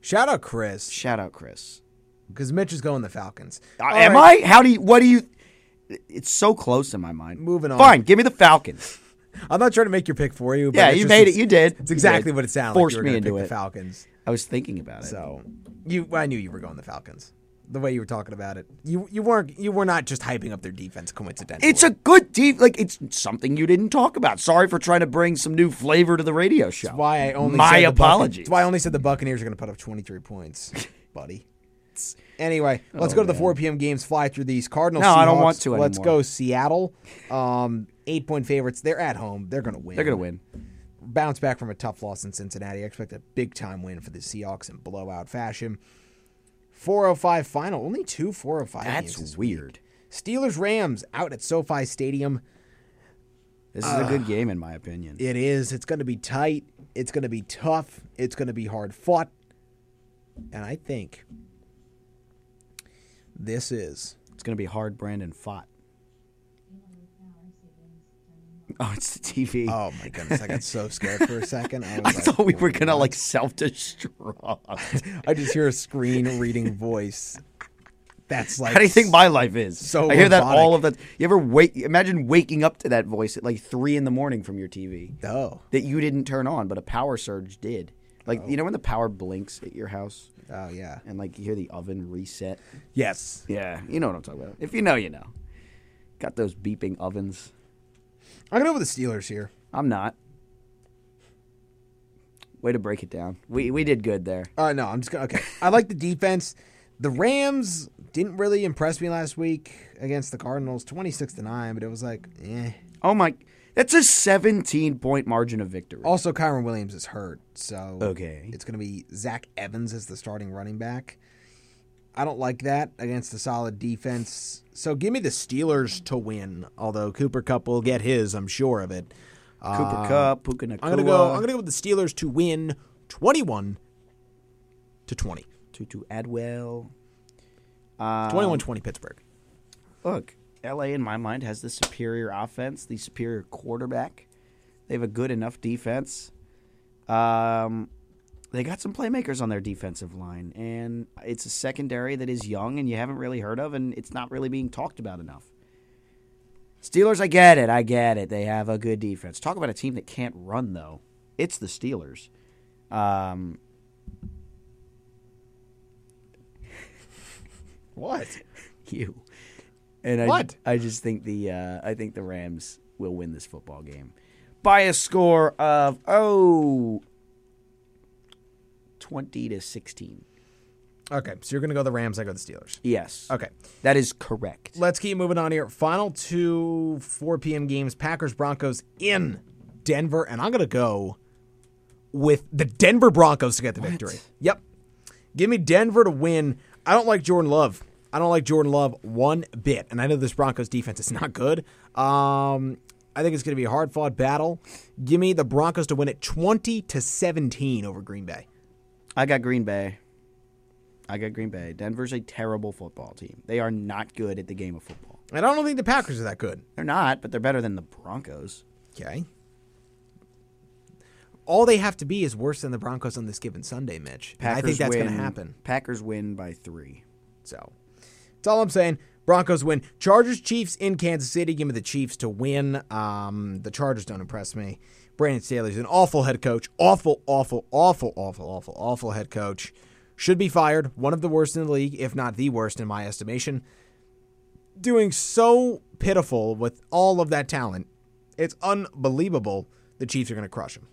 Shout out Chris
shout out Chris.
because Mitch is going the Falcons.
Uh, am I? How do you? What do you? It's so close in my mind.
Moving on.
Fine, give me the Falcons.
I'm not trying to make your pick for you. But
Yeah,
it's
you
just-
made it. You did.
It's exactly
you did.
what it sounded
Forced
like. You were
me
gonna
into
pick
it.
The Falcons.
I was thinking about it.
So you, I knew you were going the Falcons. The way you were talking about it, you you weren't you were not just hyping up their defense coincidentally.
it's a good deep. Like it's something you didn't talk about. Sorry for trying to bring some new flavor to the radio show.
why I only
my
said the Bucca-
apologies.
It's why I only said the Buccaneers are going to put up twenty three
*laughs*
points, buddy. Anyway, let's go to the four p.m. games. Fly through these Cardinals.
Oh, No, I don't
Seahawks.
want to
Let's
anymore.
go Seattle. Um, eight point favorites. They're at home. They're going to win.
They're gonna win.
bounce back from a tough loss in Cincinnati. I expect a big time win for the Seahawks in blowout fashion. 405 final. Only two 405 games
That's
this
weird.
Steelers Rams out at SoFi Stadium.
This is a good game in my opinion.
It is. It's going to be tight. It's going to be tough. It's going to be hard fought. And I think this is.
It's gonna be hard. Brandon fought. Oh, it's the TV.
Oh my goodness! I got so scared for a second. I, was like,
*laughs* I thought we were gonna like self-destruct. *laughs*
I just hear a screen reading voice. That's like
How do you think my life is?
so
I hear that
robotic.
all of that. You ever wake? Imagine waking up to that voice at like three in the morning from your TV
Oh,
that you didn't turn on, but a power surge did. Like you know when the power blinks at your house
oh yeah.
and like you hear the oven reset.
Yes.
Yeah, you know what I'm talking about. If you know, you know. Got those beeping ovens.
I'm gonna go with the Steelers here.
I'm not. Way to break it down. We we did good there.
Uh, no, I'm just gonna. Okay, I like the defense. The Rams didn't really impress me last week against the Cardinals, 26 to nine, but it was like, eh.
Oh my, that's a 17 point margin of victory.
Also, Kyron Williams is hurt, so
Okay.
it's gonna be Zach Evans as the starting running back. I don't like that against the solid defense. So give me the Steelers to win. Although Cooper Cup will get his, I'm sure of it.
Cooper Cup, Ah, Puka Nakua.
I'm gonna go. I'm gonna go with the Steelers to win, 21 to 20,
Tutu Adwell.
21-20 Pittsburgh.
look, LA in my mind has the superior offense, the superior quarterback. They have a good enough defense. Um, they got some playmakers on their defensive line, and it's a secondary that is young and you haven't really heard of, and it's not really being talked about enough. Steelers, I get it. I get it. They have a good defense. Talk about a team that can't run, though. It's the Steelers. Um,
What?
you. And I,
What?
I just think the uh, I think the Rams will win this football game by a score of oh 20 to 16.
Okay, so you're going to go the Rams, I go the Steelers.
Yes.
Okay.
That is correct.
Let's keep moving on here. Final two 4 p.m. games Packers Broncos in Denver. And I'm going to go with the Denver Broncos to get the victory. Yep. Give me Denver to win. I don't like Jordan Love. I don't like Jordan Love one bit. And I know this Broncos defense is not good. Um, I think it's going to be a hard fought battle. Give me the Broncos to win it 20 to 17 over Green Bay.
I got Green Bay. I got Green Bay. Denver's a terrible football team. They are not good at the game of football.
And I don't think the Packers are that good.
They're not, but they're better than the Broncos.
Okay. All they have to be is worse than the Broncos on this given Sunday, Mitch. And I
Packers
think that's going to
win-
happen.
Packers win by 3.
So that's all I'm saying. Broncos win. Chargers Chiefs in Kansas City. Give me the Chiefs to win. Um, the Chargers don't impress me. Brandon Staley's an awful head coach. Awful, awful, awful, awful, awful, awful head coach. Should be fired. One of the worst in the league, if not the worst in my estimation. Doing so pitiful with all of that talent. It's unbelievable. The Chiefs are going to crush him.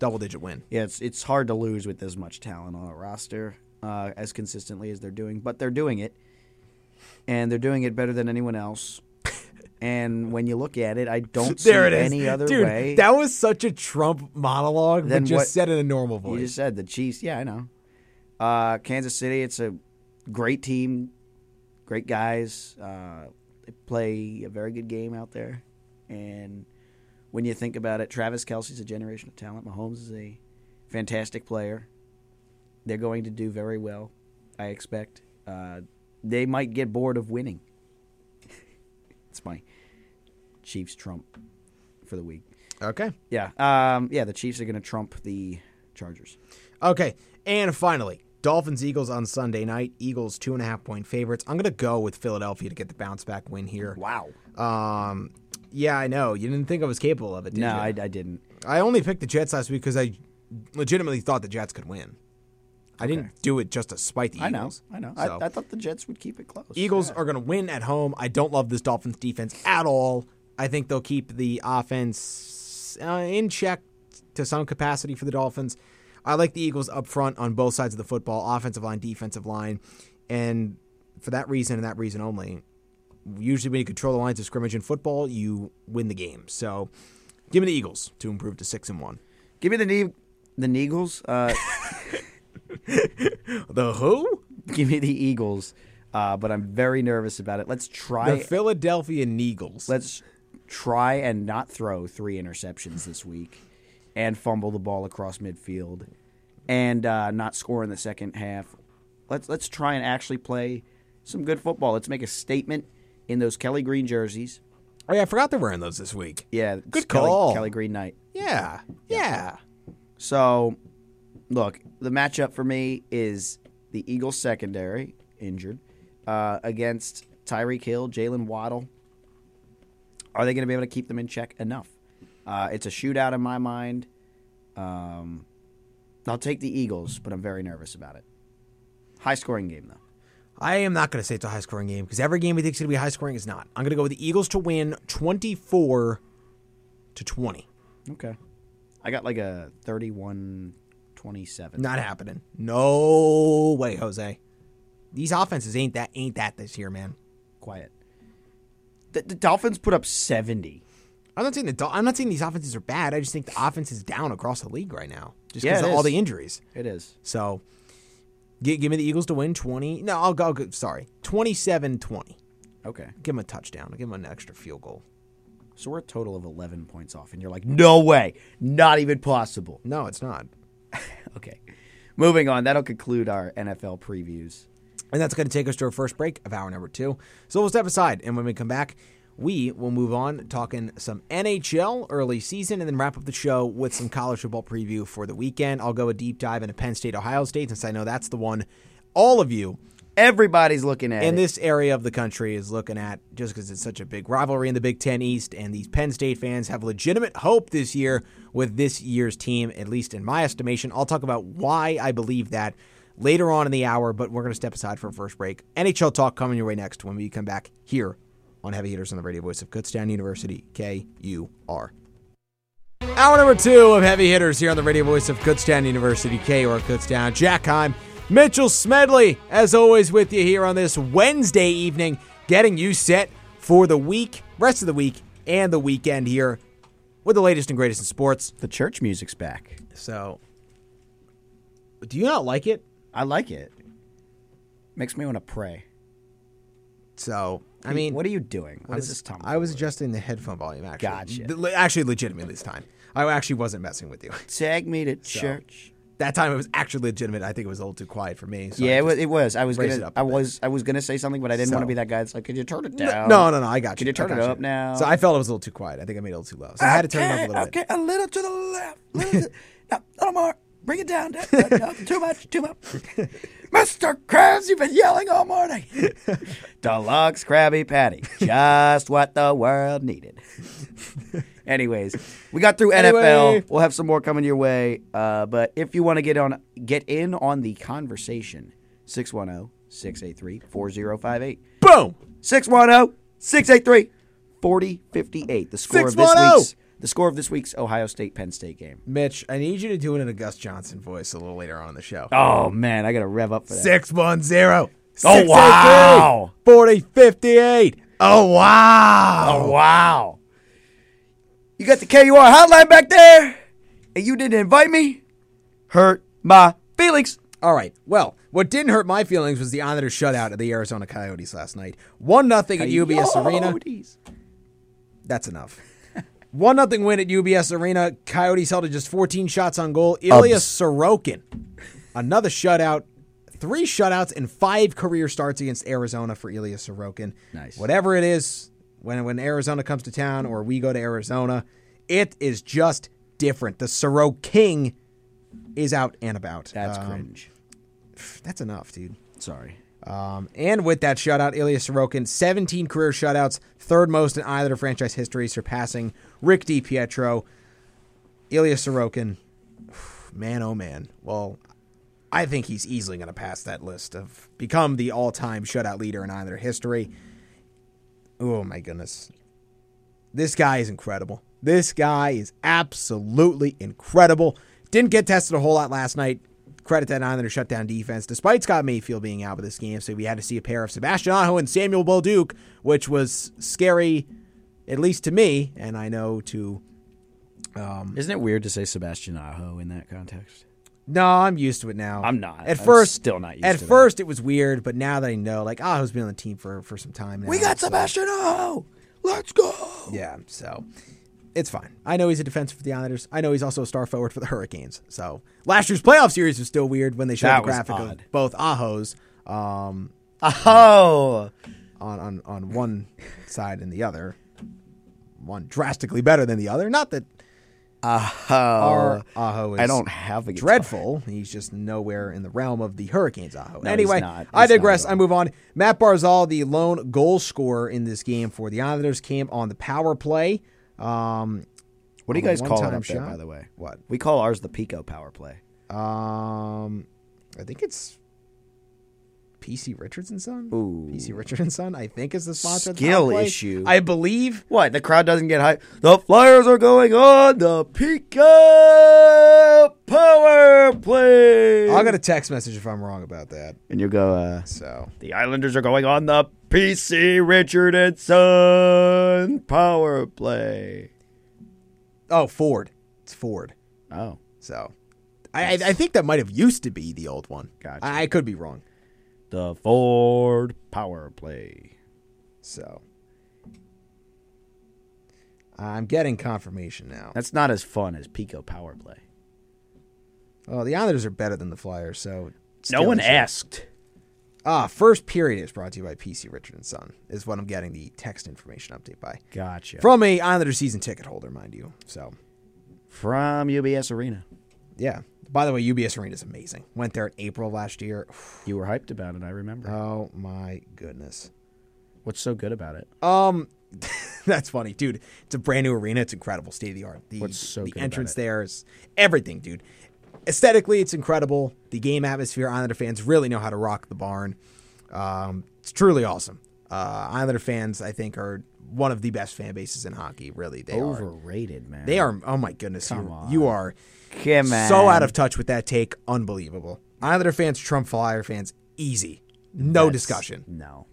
Double digit win.
Yeah, it's it's hard to lose with as much talent on a roster uh, as consistently as they're doing, but they're doing it, and they're doing it better than
*laughs*
anyone else. and when you look at it, I don't see
There it is.
any other
Dude,
way.
that was such a Trump monologue,
Then
but just
what-
said in a normal voice.
you just said the Chiefs. Yeah, I know. Uh, Kansas City, it's a great team, great guys. Uh, they play a very good game out there, and when you think about it, Travis Kelsey's a generation of talent. Mahomes is a fantastic player. They're going to do very well, I expect. Uh, they might get bored of winning. *laughs* it's my Chiefs trump for the week.
Okay.
Yeah, um, yeah. The Chiefs are going to trump the Chargers.
Okay. And finally, Dolphins Eagles on Sunday night. Eagles two and a half point favorites. I'm gonna go with Philadelphia to get the bounce back win here.
Wow.
Um, yeah, I know you didn't think I was capable of it, did
No,
you?
I, I didn't.
I only picked the Jets last week because I legitimately thought the Jets could win. I didn't do it just to spite the
I know.
Eagles.
I know.
So,
I, I thought the Jets would keep it close.
Eagles are going to win at home. I don't love this Dolphins defense at all. I think they'll keep the offense uh, in check to some capacity for the Dolphins. I like the Eagles up front on both sides of the football, offensive line, defensive line, and for that reason and that reason only. Usually, when you control the lines of scrimmage in football, you win the game. So, give me the Eagles to improve to six and one.
Give me the ne- the Eagles. *laughs* Uh,
The who?
give me the Eagles. Uh, but I'm very nervous about it. Let's
The
try.
Philadelphia Eagles.
let's try and not throw three interceptions this week, and fumble the ball across midfield, and uh, not score in the second half. Let's let's try and actually play some good football. Let's make a statement in those Kelly Green jerseys.
oh yeah, I forgot they're wearing those this week.
Yeah, it's
Good
Kelly-
call.
Kelly Green night.
Yeah, yeah.
So, look, the matchup for me is the Eagles secondary injured uh, against Tyreek Hill, Jalen Waddle. Are they going to be able to keep them in check enough? Uh, it's a shootout in my mind. Um, I'll take the Eagles, but I'm very nervous about it. High scoring game though.
I am not going to say it's a high scoring game because every game we think is going to be high scoring is not. I'm going to go with the Eagles to win 24 to 20.
Okay. I got like a 31-27.
Not happening. No way, Jose. These offenses ain't that ain't that this year, man.
Quiet. The, the Dolphins put up 70.
I'm not saying the Dol- I'm not saying these offenses are bad. I just think the offense is down across the league right now just
Yeah,
because
it
of all
is.
the injuries.
It is.
So gi- give me the Eagles to win 20. No, I'll go I'll go- sorry. 27-20.
Okay.
Give them a touchdown. Give them an extra field goal.
So we're a total of 11 points off, and you're like, no way, not even possible.
No, it's not.
Okay. Moving on, that'll conclude our NFL previews.
And that's going to take us to our first break of hour number two. So we'll step aside. And when we come back, We will move on talking some NHL early season and then wrap up the show with some college football preview for the weekend. I'll go a deep dive into Penn State, Ohio State, since I know that's the one all of you
Everybody's looking at
in
it.
this area of the country is looking at just because it's such a big rivalry in the Big Ten East, and these Penn State fans have legitimate hope this year with this year's team, at least in my estimation. I'll talk about why I believe that later on in the hour, but we're going to step aside for a first break. NHL talk coming your way next when we come back here on Heavy Hitters on the Radio Voice of Kutztown University, KUR. Hour number two of Heavy Hitters here on the radio voice of Kutztown University, KR Kutztown. Jack Heim, Mitchell Smedley, as always, with you here on this Wednesday evening, getting you set for the week, rest of the week, and the weekend here with the latest and greatest in sports.
the church music's back.
So, do you not like it?
I like it. Makes me want to pray.
So, I mean,
what are you doing? What is this time?
I was adjusting the headphone volume, actually.
Gotcha.
Le- Actually, legitimately this time. I actually wasn't messing with you. *laughs*
Tag me to church.
That time it was actually legitimate. I think it was a little too quiet for me. So I
yeah, it
just-
was, it was. I was
raise it
gonna.
up a
I
bit.
was. I was gonna say something, but I didn't want
So-
to be that guy. that's like, could you turn it
No,
down?
no, no, no. I got you.
Could you turn
I
it
got
up now?
So I felt it was a little too quiet. I think I made it a little too low. So I had to turn it up a little
okay,
bit.
a little to the left. Little *laughs* to, no, no more. Bring it down. No, no, no, too much. Too much. *laughs* Mr. Krabs, you've been yelling all morning. *laughs* Deluxe Krabby Patty, just what the world needed. *laughs* Anyways, we got through
Anyway.
NFL. We'll have some more coming your way. Uh, but if you want to get on, get in on the conversation, 610 683 4058.
Boom.
610 683 4058. The score of this
610.
week's the score of this week's Ohio State Penn State game.
Mitch, I need you to do it in a Gus Johnson voice a little later on in the show.
Oh man, I got to rev up for that.
610.
Oh, wow.
4058. Oh, wow.
Wow. You got the KUR hotline back there and you didn't invite me? Hurt my feelings.
All right. Well, what didn't hurt my feelings was the Islanders shutout of the Arizona Coyotes last night. 1 nothing at UBS Arena.
Coyotes.
That's
*laughs*
enough. One nothing win at UBS Arena. Coyotes held to just 14 shots on goal. Ilya Sorokin, another shutout. Three shutouts and five career starts against Arizona for Ilya Sorokin.
Nice.
Whatever it is, when when Arizona comes to town or we go to Arizona, it is just different. The Sorokin is out and about.
That's
Um,
cringe.
That's enough, dude.
Sorry.
Um, and with that shutout, Ilya Sorokin, 17 career shutouts, third most in Islander franchise history, surpassing Rick DiPietro. Ilya Sorokin, man, oh man. Well, I think he's easily going to pass that list of become the all-time shutout leader in Islander history. Oh my goodness, this guy is incredible. This guy is absolutely incredible. Didn't get tested a whole lot last night. Credit that Islander shutdown defense, despite Scott Mayfield being out with this game. So we had to see a pair of Sebastian Aho and Samuel Bolduc, which was scary, at least to me, and I know to.
Isn't it weird to say Sebastian Aho in that context?
No, I'm used to it now.
I'm not.
At
I'm
first,
still not used
At
to that.
first, it was weird, but now that I know, like Aho's been on the team for for some time now.
We got
so-
Sebastian Aho. Let's go.
Yeah, so it's fine. I know he's a defensive for the Islanders. I know he's also a star forward for the Hurricanes. So last year's playoff series was still weird when they showed
That
the
was
graphic of
odd.
both Ahos um,
Aho.
on, on, on one side and the other. One drastically better than the other. Not that our Aho is
I don't have a guitar.
dreadful. He's just nowhere in the realm of the Hurricanes, Aho.
No,
anyway,
he's not.
I
He's not
digress.
at
I
all.
move on. Matt Barzal, the lone goal scorer in this game for the Islanders, came on the power play. Um,
What do you
on a
guys call it
one-time
up there,
shot?
by the way?
What?
We call ours the Pico power play.
Um, I think it's PC Richardson son.
Ooh.
PC Richardson son. I think is the sponsor. of the
Skill
power play.
issue.
I believe.
What? The crowd doesn't get high. The Flyers are going on the Pico power play.
I'll get a text message if I'm wrong about that.
and you go, uh,
So
the Islanders are going on the PC Richard and Son power play.
oh Ford, it's Ford.
Oh.
So I, I, I think that might have used to be the old one.
Gotcha.
I, I could be wrong.
The Ford power play.
So I'm getting confirmation now.
That's not as fun as Pico power play.
Oh, the Islanders are better than the Flyers. So
no
still
one
issue.
asked.
Ah, first period is brought to you by PC Richard and Son. Is what I'm getting the text information update by
Gotcha.
from a Islander season ticket holder, mind you. So
From UBS Arena.
yeah. By the way, UBS Arena is amazing. Went there in April of last year. *sighs*
You were hyped about it, I remember.
Oh my goodness.
What's so good about it?
Um, *laughs* that's funny, dude. It's a brand new arena. It's incredible, state of the art. The,
What's so
the
good about
entrance
it?
there is everything, dude. Aesthetically, it's incredible. The game atmosphere, Islander fans really know how to rock the barn. Um, it's truly awesome. Uh, Islander fans, I think, are one of the best fan bases in hockey. Really, they are.
Overrated, man.
They are. Oh my goodness, you,
on.
you are
Come on.
so out of touch with that take. Unbelievable. Islander fans, Trump Flyer fans, easy. No discussion.
No.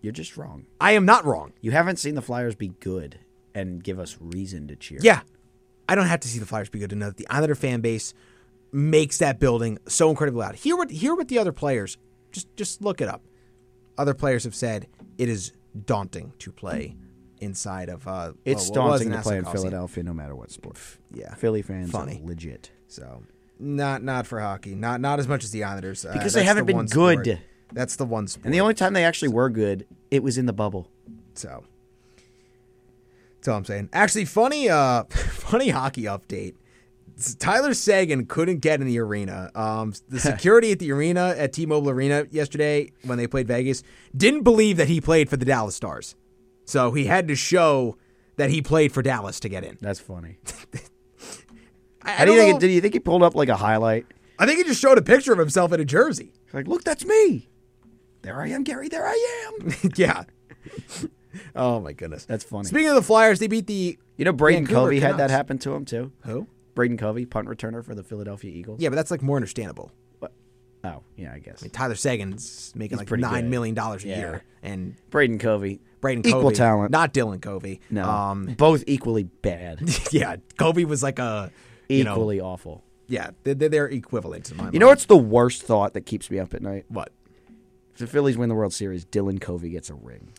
You're just wrong.
I am not wrong.
You haven't seen the Flyers be good and give us reason to cheer.
Yeah. I don't have to see the Flyers be good to know that the Islander fan base makes that building so incredibly loud. Hear what hear what the other players just just look it up. Other players have said it is daunting to play inside of uh
It's
well, what was
daunting
an
to play in
Nassau Coliseum.
Philadelphia no matter what sport.
Yeah.
Philly fans
Funny.
are legit.
So not not for hockey. Not not as much as the Islanders. Uh,
Because they
that's
haven't
the
been
one
good.
sport- That's the one sport.
And the only time they actually were good, it was in the bubble.
So that's all I'm saying. Actually, funny, uh, *laughs* funny hockey update. S- Tyler Sagan couldn't get in the arena. Um,
*laughs*
the security at the arena at T-Mobile Arena yesterday when they played Vegas didn't believe that he played for the Dallas Stars, so he had to show that he played for Dallas to get in.
That's funny.
I, I
How do
don't
you think
know-
it, did you think he pulled up like a highlight?
I think he just showed a picture of himself in a jersey. *laughs*
He's like, look, that's me. There I am, Gary. There I am.
yeah. oh my goodness,
That's funny.
Speaking of the Flyers, they beat the
You know, Braden
Vancouver
Covey had that
Canucks.
happen to him too.
who?
Braden Covey, punt returner for the Philadelphia Eagles.
Yeah, but that's like more understandable.
But- Oh, yeah, I guess.
Tyler Sagan's making like
pretty
nine
good.
million dollars a
Yeah.
year, and
Braden Covey.
Braden
Equal
Covey,
talent.
not Dylan Covey.
No.
um, *laughs*
both equally bad. *laughs*
yeah, Covey was like a you know,
equally awful.
yeah, they're, they're equivalents in my mind.
You know what's the worst thought that keeps me up at night?
what?
If the Phillies win the World Series, Dylan Covey gets a ring.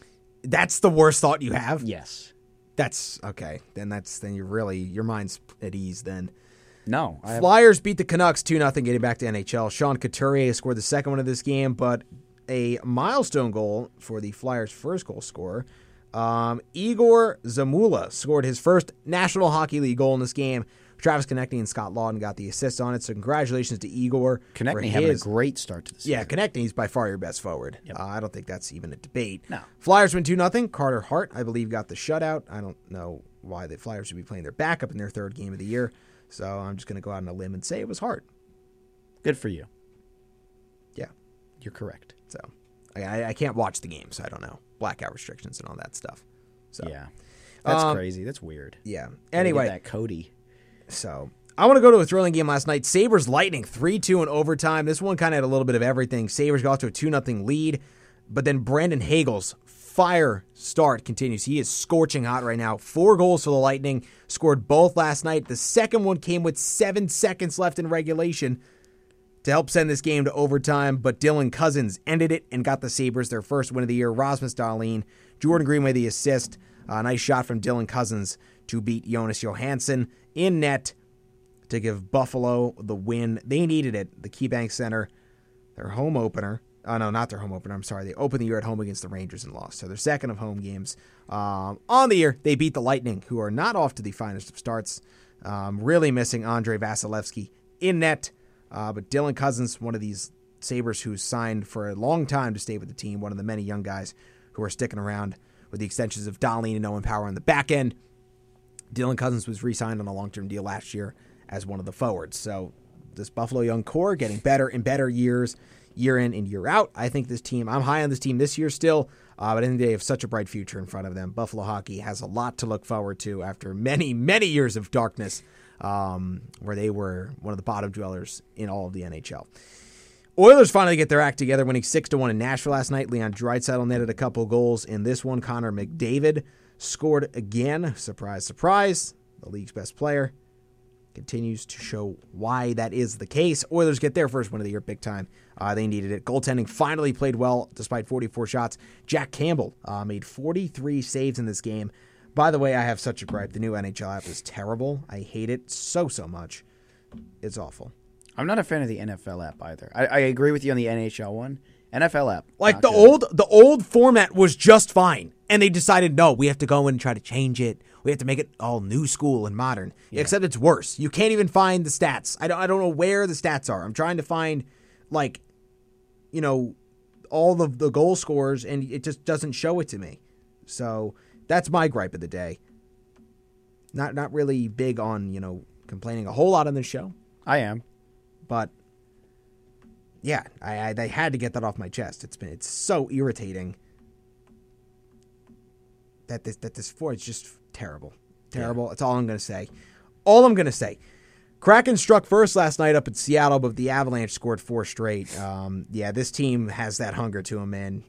That's the worst thought you have.
Yes.
that's okay. Then that's then you're really your mind's at ease then.
No. I have-
Flyers beat the Canucks 2 0, getting back to NHL. Sean Couturier scored the second one of this game, but a milestone goal for the Flyers' first goal scorer. Um, Igor Zamula scored his first National Hockey League goal in this game. Travis Connecting and Scott Lawton got the assist on it, so congratulations to Igor.
Konechny
for
having a
his-
great start to the season.
yeah, connecting is by far your best forward. Uh, I don't think that's even a debate.
No.
Flyers win 2 0. Carter Hart, I believe, got the shutout. I don't know why the Flyers would be playing their backup in their third game of the year. So I'm just going to go out on a limb and say it was Hart.
Good for you.
Yeah.
You're correct.
So I, I, I can't watch the game, so I don't know. Blackout restrictions and all that stuff. So,
Yeah. That's
Um,
crazy. That's weird.
yeah.
Gotta get
Anyway.
that Cody.
So I want to go to a thrilling game last night. Sabres Lightning 3 2 in overtime. This one kind of had a little bit of everything. Sabres got off to a 2 0 lead, but then Brandon Hagel's fire start continues. He is scorching hot right now. Four goals for the Lightning, scored both last night. The second one came with seven seconds left in regulation to help send this game to overtime, but Dylan Cousins ended it and got the Sabres their first win of the year. Rasmus Dahlin, Jordan Greenway the assist, a nice shot from Dylan Cousins to beat Jonas Johansson in net to give Buffalo the win. They needed it. The KeyBank Center, their home opener. Oh no, not their home opener. I'm sorry. They opened the year at home against the Rangers and lost. So their second of home games um, on the year. They beat the Lightning, who are not off to the finest of starts. Um, really missing Andre Vasilevsky in net, uh, but Dylan Cousins, one of these Sabers who's signed for a long time to stay with the team, one of the many young guys who are sticking around with the extensions of Darlene and Owen Power on the back end. Dylan Cousins was re-signed on a long-term deal last year as one of the forwards. So this Buffalo young core getting better and better years, year in and year out. I think this team. I'm high on this team this year still, uh, but I think they have such a bright future in front of them. Buffalo hockey has a lot to look forward to after many, many years of darkness, um, where they were one of the bottom dwellers in all of the NHL. Oilers finally get their act together, winning six to one in Nashville last night. Leon Draisaitl netted a couple goals in this one. Connor McDavid scored again. Surprise, surprise! The league's best player continues to show why that is the case. Oilers get their first win of the year, big time. Uh, they needed it. Goaltending finally played well despite 44 shots. Jack Campbell uh, made 43 saves in this game. By the way, I have such a gripe. The new NHL app is terrible. I hate it so so much. It's awful.
I'm not a fan of the NFL app either. I, I agree with you on the NHL one. NFL app.
Like
Not
the
good.
old the old format was just fine, and they decided no, we have to go in and try to change it. We have to make it all new school and modern. Except it's worse. You can't even find the stats. I don't I don't know where the stats are. I'm trying to find like you know all the the goal scores, and it just doesn't show it to me. So that's my gripe of the day. Not not really big on you know complaining a whole lot on this show,
I am.
but yeah, I, I they had to get that off my chest. It's been it's so irritating that this that this four is just terrible, terrible. That's all I'm gonna say. All I'm gonna say. Kraken struck first last night up in Seattle, but the Avalanche scored four straight. Um, yeah, this team has that hunger to them, man.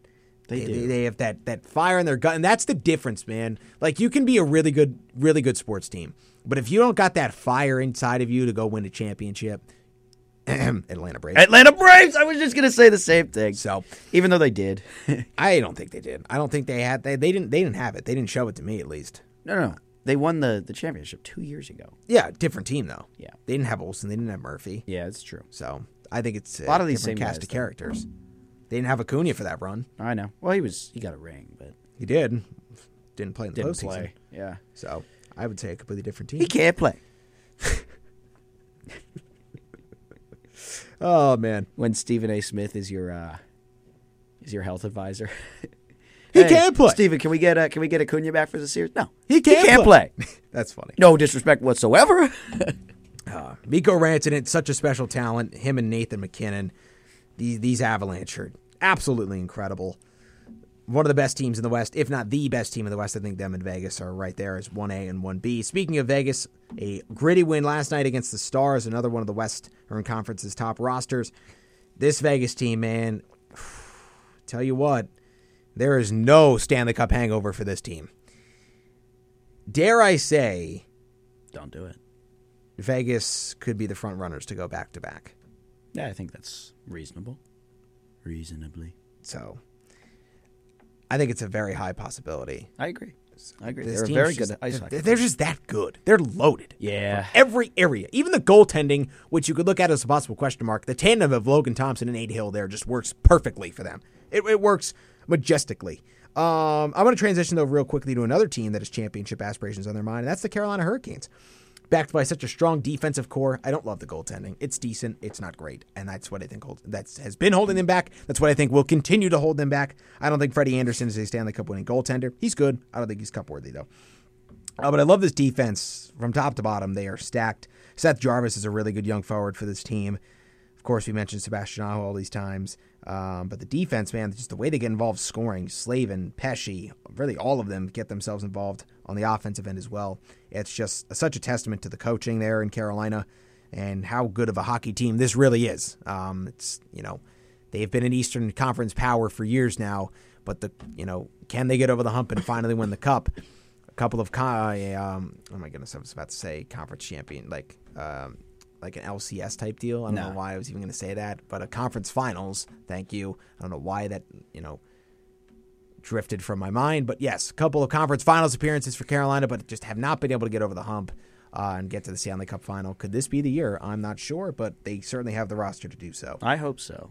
They, they, they have that, that fire in their gut, and that's the difference, man. Like you can be a really good, really good sports team, but if you don't got that fire inside of you to go win a championship, *clears throat* Atlanta Braves.
Atlanta Braves. I was just gonna say the same thing.
So
even though they did, no,
I don't think they did. I don't think they had. They, they didn't. They didn't have it. They didn't show it to me, at least.
*laughs* no, no. they won the the championship two years ago.
Yeah, different team though.
Yeah.
they didn't have Olsen. They didn't have Murphy.
Yeah, it's true.
So I think it's a
lot of these
different
same
cast
guys,
of
though.
characters. They didn't have Acuna for that run.
I know. Well, he was he got a ring, but
He did. Didn't play in the
didn't
postseason.
play. Yeah,
So I would say a completely different team.
he can't play.
Oh man,
When Stephen A. Smith is your uh is your health *laughs* advisor.
he
Hey,
can play.
Steven, can we get a can we get Acuna back for the series? No,
He can
not play.
play. That's funny.
No disrespect whatsoever. *laughs*
Miko Rantanen, such a special talent. Him and Nathan McKinnon, these these Avalanche are absolutely incredible. One of the best teams in the West, if not the best team in the West. I think them and Vegas are right there as 1A and 1B. Speaking of Vegas, a gritty win last night against the Stars, another one of the Western Conference's top rosters. This Vegas team, man, *sighs* tell you what, there is no Stanley Cup hangover for this team. Dare I say,
Don't do it.
Vegas could be the front runners to go back to back.
Yeah, I think that's reasonable. Reasonably,
So I think it's a very high possibility.
I agree. I agree.
This
They're a
team's
very
just-
good ice
they're-
hockey.
They're just that good. They're loaded.
Yeah.
From every area, even the goaltending, which you could look at as a possible question mark, the tandem of Logan Thompson and Aid Hill there just works perfectly for them. It, it works majestically. Um, I'm going to transition though real quickly to another team that has championship aspirations on their mind, and that's the Carolina Hurricanes. Backed by such a strong defensive core, I don't love the goaltending. It's decent, it's not great, and that's what I think hold, that's has been holding them back. That's what I think will continue to hold them back. I don't think Freddie Anderson is a Stanley Cup winning goaltender. He's good. I don't think he's cup worthy though. Uh, but I love this defense from top to bottom. They are stacked. Seth Jarvis is a really good young forward for this team. Of course, we mentioned Sebastian Aho all these times. Um, but the defense, man, just the way they get involved scoring, Slavin, Pesci, really all of them get themselves involved on the offensive end as well. It's just such a testament to the coaching there in Carolina and how good of a hockey team this really is. Um, it's, you know, They've been an Eastern Conference power for years now, but the you know can they get over the hump and finally win the cup? A couple of con- uh, um, oh my goodness, I was about to say conference champion like um, like an LCS type deal. I don't know why I was even going to say that, but a conference finals. Thank you. I don't know why that you know drifted from my mind. But yes, a couple of conference finals appearances for Carolina, but just have not been able to get over the hump uh, and get to the Stanley Cup final. Could this be the year? I'm not sure, but they certainly have the roster to do so.
I hope so.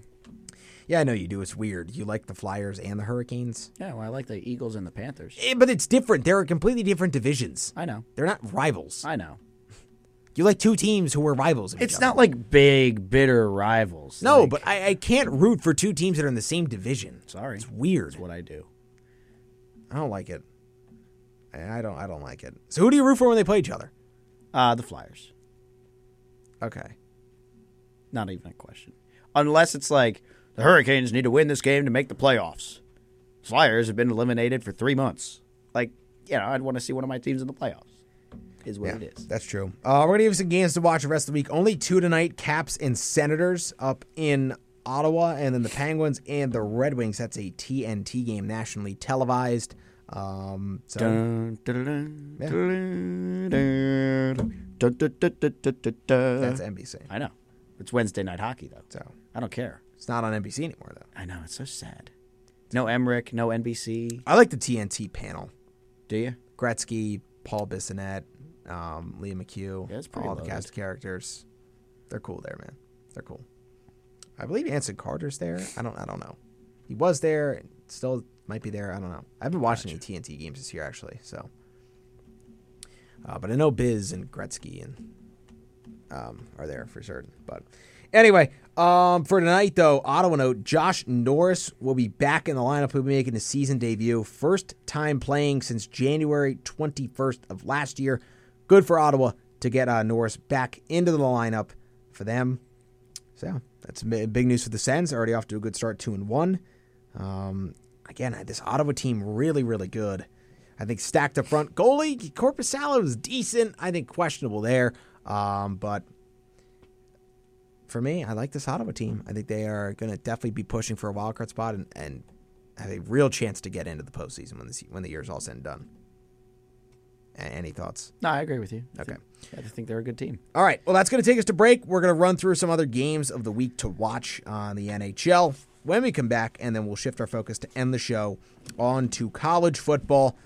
Yeah, I know you do. It's weird. You like the Flyers and the Hurricanes,
Yeah, well, I like the Eagles and the Panthers.
Eh, but it's different. They're completely different divisions.
I know.
They're not rivals.
I know.
You like two teams who were rivals. Of each
It's
other.
not like big bitter rivals.
No,
Like,
but I, I can't root for two teams that are in the same division.
Sorry.
it's weird.
that's what I do.
I don't like it. I I don't. I don't like it. So who do you root for when they play each other?
Uh, the Flyers.
Okay.
Not even a question. Unless it's like the Hurricanes need to win this game to make the playoffs. Flyers have been eliminated for three months. Like, you know, I'd want to see one of my teams in the playoffs. Is what it is.
That's true. Uh, we're gonna give you some games to watch the rest of the week. Only two tonight: Caps and Senators up in Ottawa, and then the Penguins and the Red Wings. That's a TNT game, nationally televised. Um, so that's NBC.
I know. It's Wednesday night hockey though.
So
I don't care.
it's not on NBC anymore, though.
I know it's so sad. No Emmerich, no NBC.
I like the TNT panel:
Do you?
Gretzky, Paul Bissonnette, um, Leah McHugh.
Yeah, it's pretty
all the
loaded.
cast of characters. They're cool there, man. They're cool. I believe Anson Carter's there. I don't. I don't know. He was there, still might be there. I don't know. I haven't watched any TNT games this year actually, so. Uh, but I know Biz and Gretzky and um, are there for certain. But anyway, um, for tonight though, Ottawa note: Josh Norris will be back in the lineup. He'll be making his season debut, first time playing since January 21st of last year. Good for Ottawa to get uh, Norris back into the lineup for them. So that's mi- big news for the Sens. Already off to a good start, two and one. Um, again, I- this Ottawa team really, really good. I think stacked up front. Goalie Corpus was decent. I think questionable there, um, but for me, I like this Ottawa team. I think they are going to definitely be pushing for a wild card spot and, and have a real chance to get into the postseason when this when the year's all said and done. A- Any thoughts?
No, I agree with you. I
Okay.
think- I think they're a good team.
All right. Well, that's going to take us to break. We're going to run through some other games of the week to watch on the NHL when we come back, and then we'll shift our focus to end the show on to college football.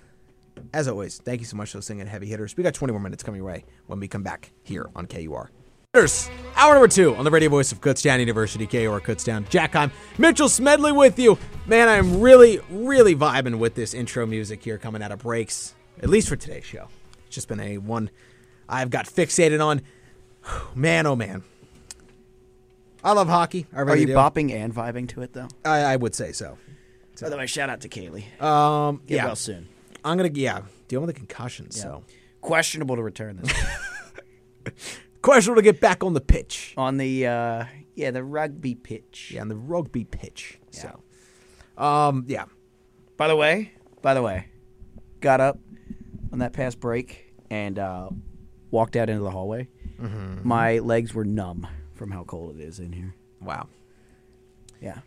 As always, thank you so much for listening at Heavy Hitters. We got 20 more minutes coming your way when we come back here on KUR. Hitters, hour number two on the radio voice of Kutztown University, KUR Kutztown. Jack Heim, Mitchell Smedley with you. Man, I'm really, really vibing with this intro music here coming out of breaks, at least for today's show. It's just been a one I've got fixated on. *sighs* Man, oh man. I love hockey. I
Are
really
you
do.
bopping and vibing to it though?
I, I would say so.
By the way, shout out to Kaylee.
Um,
Get
yeah,
well soon.
I'm gonna yeah dealing with the concussions. So
Questionable to return this *laughs*
questionable to get back on the pitch.
on the uh, yeah the rugby pitch.
Yeah, on the rugby pitch. So, um, yeah,
By the way, by the way, got up on that past break and uh, walked out into the hallway. My legs were numb from how cold it is in here.
wow.
Yeah,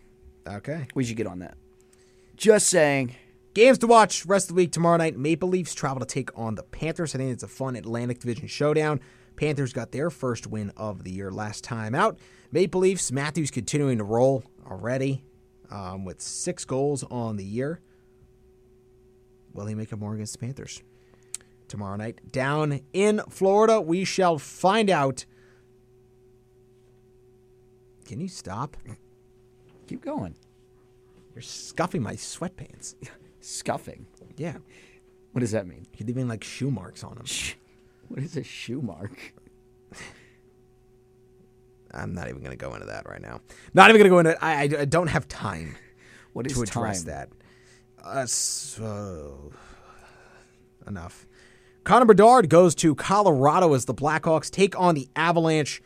Okay,
we should get on that. Just saying.
games to watch rest of the week tomorrow night. Maple Leafs travel to take on the Panthers. I think it's a fun Atlantic Division showdown. Panthers got their first win of the year last time out. Maple Leafs Matthews continuing to roll already um, with six goals on the year. Will he make up more against the Panthers tomorrow night down in Florida? We shall find out. Can you stop?
Keep going.
You're scuffing my sweatpants.
Scuffing.
Yeah.
What does that mean?
You're leaving like shoe marks on them.
*laughs* What is a shoe mark?
I'm not even going to go into that right now. Not even going to go into it. I, I- I don't have time
*laughs* What is
to address
time?
that. Uh, so, enough. Connor Bedard goes to Colorado as the Blackhawks take on the Avalanche.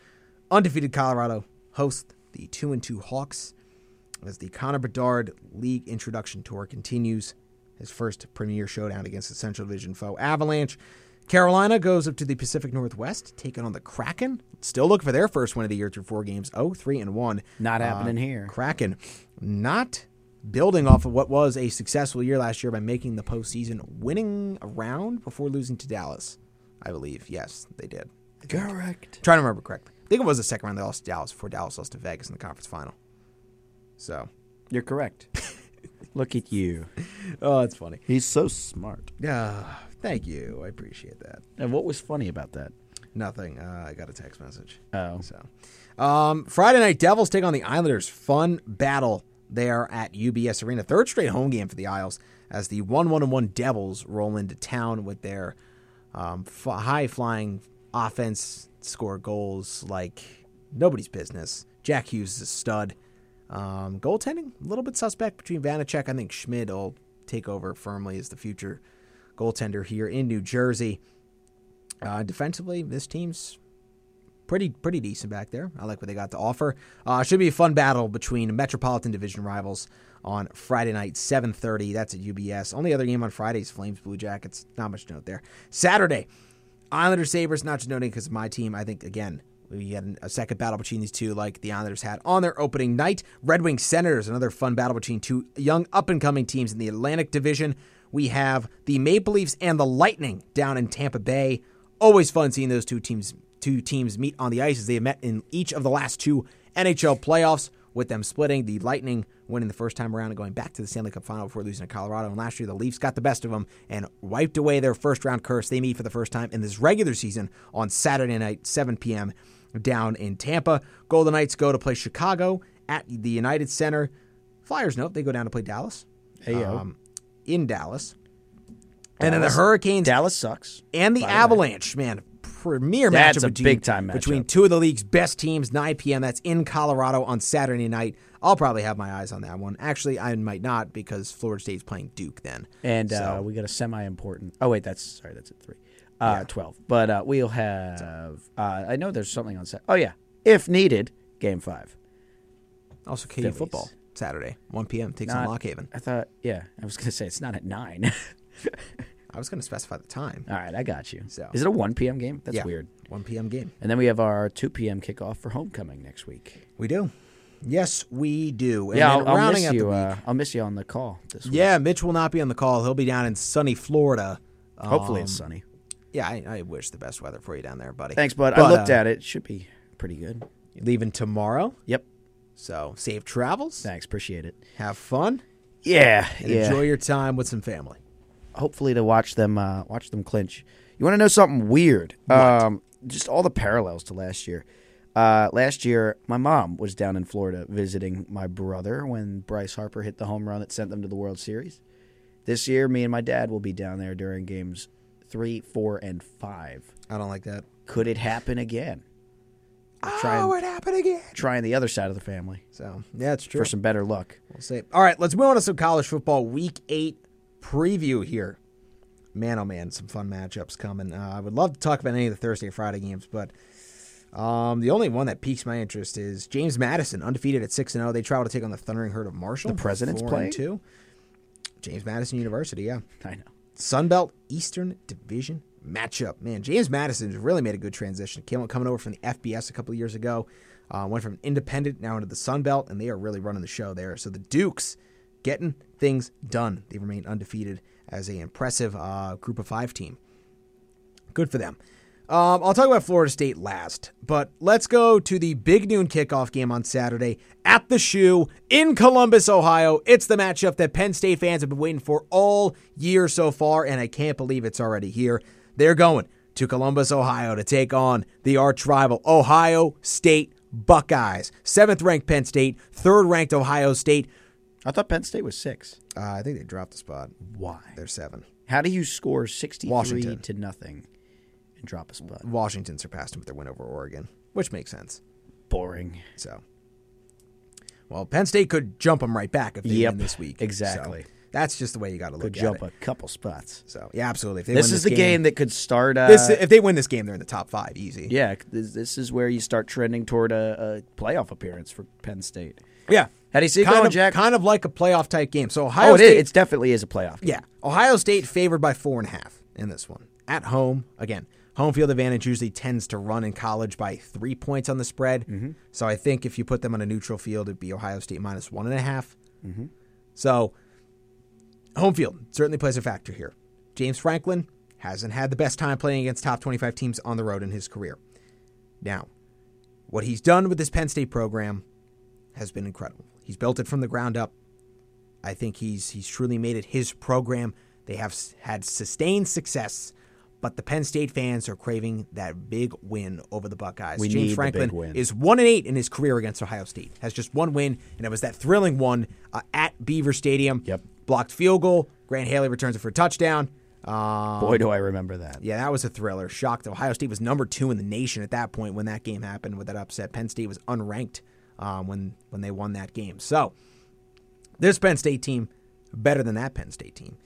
Undefeated Colorado host the 2 and 2 Hawks as the Connor Bedard League Introduction Tour continues his first premier showdown against the Central Division foe Avalanche. Carolina goes up to the Pacific Northwest, taking on the Kraken. Still look for their first win of the year through four games, oh three and 1.
Not happening here.
Kraken not building off of what was a successful year last year by making the postseason, winning a round before losing to Dallas, I believe. Yes, they did.
Correct.
Trying to remember correctly. I think it was the second round they lost to Dallas before Dallas lost to Vegas in the conference final. So,
You're correct. Look at you.
*laughs* oh, it's funny.
He's so smart.
Yeah, thank you. I appreciate that.
And what was funny about that?
Nothing. Uh, I got a text message.
Oh.
So, um, Friday night, Devils take on the Islanders. Fun battle there at UBS Arena. Third straight home game for the Isles as the one-one and one Devils roll into town with their um, f- high-flying offense, score goals like nobody's business. Jack Hughes is a stud. Um, goaltending a little bit suspect between Vanacek. I think Schmidt will take over firmly as the future goaltender here in New Jersey. Uh, defensively, this team's pretty pretty decent back there. I like what they got to offer. Uh, should be a fun battle between Metropolitan Division rivals on Friday night, 7:30. That's at UBS. Only other game on Friday is Flames Blue Jackets. Not much to note there. Saturday, Islanders Sabers. Not to note because my team. I think again. We had a second battle between these two, like the Islanders had on their opening night. Red Wing Senators, another fun battle between two young up and coming teams in the Atlantic Division. We have the Maple Leafs and the Lightning down in Tampa Bay always fun seeing those two teams two teams meet on the ice as they have met in each of the last two NHL playoffs with them splitting the Lightning winning the first time around and going back to the Stanley Cup final before losing to Colorado and last year the Leafs got the best of them and wiped away their first round curse they meet for the first time in this regular season on Saturday night 7 p.m. down in Tampa Golden Knights go to play Chicago at the United Center Flyers, nope, they go down to play Dallas
Ayo.
um, in Dallas. And then the Hurricanes
Dallas sucks.
and the Avalanche, man. Premier
That's
matchup
a
between,
big-time matchup.
between two of the league's best teams, 9 p.m. That's in Colorado on Saturday night. I'll probably have my eyes on that one. Actually, I might not because Florida State's playing Duke then.
And uh, we got a semi-important. Oh wait, that's sorry, that's at three, uh, twelve. But uh, we'll have. Uh, I know there's something on set. Oh yeah, if needed, game five.
Also, KU
Phillies.
football Saturday, 1 p.m. Takes on
Not-
Lockhaven.
I thought. Yeah, I was gonna say it's not at nine. *laughs*
I was going to specify the time.
All right, I got you.
So-
Is it a one p.m. game? That's
yeah,
weird.
1 p.m. game.
And then we have our two p.m. kickoff for homecoming next week.
We do. Yes, we do. And
yeah,
then
I'll, I'll
rounding
miss
out the
you.
week-
Uh, I'll miss you on the call this week.
yeah, Mitch will not be on the call. He'll be down in sunny Florida.
Hopefully it's
Um,
sunny.
Yeah, I, I wish the best weather for you down there, buddy.
Thanks, bud. I
But,
looked
uh,
at it. Should be pretty good.
Leaving tomorrow,
Yep.
so safe travels.
Thanks. Appreciate it.
Have fun.
Yeah.
and
yeah.
enjoy your time with some family.
hopefully to watch them uh, watch them clinch. You want to know something weird? Um, just all the parallels to last year. Uh, last year, my mom was down in Florida visiting my brother when Bryce Harper hit the home run that sent them to the World Series. This year, me and my dad will be down there during games three, four, and five.
I don't like that.
Could it happen again? We're
Oh,
Trying,
it happened again.
trying the other side of the family
So yeah, it's true.
for some better luck.
We'll see. All right, let's move on to some college football week eight preview here. Man, oh man, some fun matchups coming. Uh, I would love to talk about any of the Thursday Friday games, but um, the only one that piques my interest is James Madison, undefeated at six and zero. They travel to take on the Thundering Herd of Marshall.
The President's
four
playing?
and two. James Madison University, yeah.
I know.
Sunbelt Eastern Division matchup. Man, James Madison's really made a good transition. Came coming over from the FBS a couple of years ago, uh, went from independent now into the Sun Belt, and they are really running the show there. So the Dukes getting things done. They remain undefeated as a impressive uh, group of five team. Good for them. Um, I'll talk about Florida State last, but let's go to the big noon kickoff game on Saturday at the Shoe in Columbus, Ohio. It's the matchup that Penn State fans have been waiting for all year so far, and I can't believe it's already here. They're going to Columbus, Ohio to take on the arch rival, Ohio State Buckeyes. Seventh ranked Penn State, third ranked Ohio State.
I thought Penn State was six.
Uh, I think they dropped the spot.
Why?
They're seven.
How do you score 63
Washington.
to nothing and drop a spot?
Washington surpassed them with their win over Oregon, which makes sense.
Boring.
So, well, Penn State could jump them right back if they
Yep,
win this week.
exactly.
So that's just the way you got to look
Could
at
jump
it.
a couple spots.
So yeah, absolutely. If they
This
win
is the game, that could start. Uh,
this, if they win this game, they're in the top five easy.
yeah, this, this is where you start trending toward a, a playoff appearance for Penn State.
yeah.
How do you see it
kind
going,
of,
Jack?
Kind of like a playoff type game. So Ohio
Oh, it
State,
is. It definitely is a playoff. game.
yeah, Ohio State favored by four and a half in this one at home again. Home field advantage usually tends to run in college by three points on the spread. So I think if you put them on a neutral field, it'd be Ohio State minus one and a half. So, home field certainly plays a factor here. James Franklin hasn't had the best time playing against top 25 teams on the road in his career. Now, what he's done with this Penn State program has been incredible. He's built it from the ground up. I think he's he's truly made it his program. They have s- had sustained success, but the Penn State fans are craving that big win over the Buckeyes.
We
James
need the
Franklin
big win.
is is one and eight in his career against Ohio State. Has just one win, and it was that thrilling one uh, at Beaver Stadium.
Yep.
Blocked field goal. Grant Haley returns it for a touchdown. Um,
Boy, do I remember that.
yeah, that was a thriller. Shocked. Ohio State was number two in the nation at that point when that game happened with that upset. Penn State was unranked um, when when they won that game. So this Penn State team better than that Penn State team.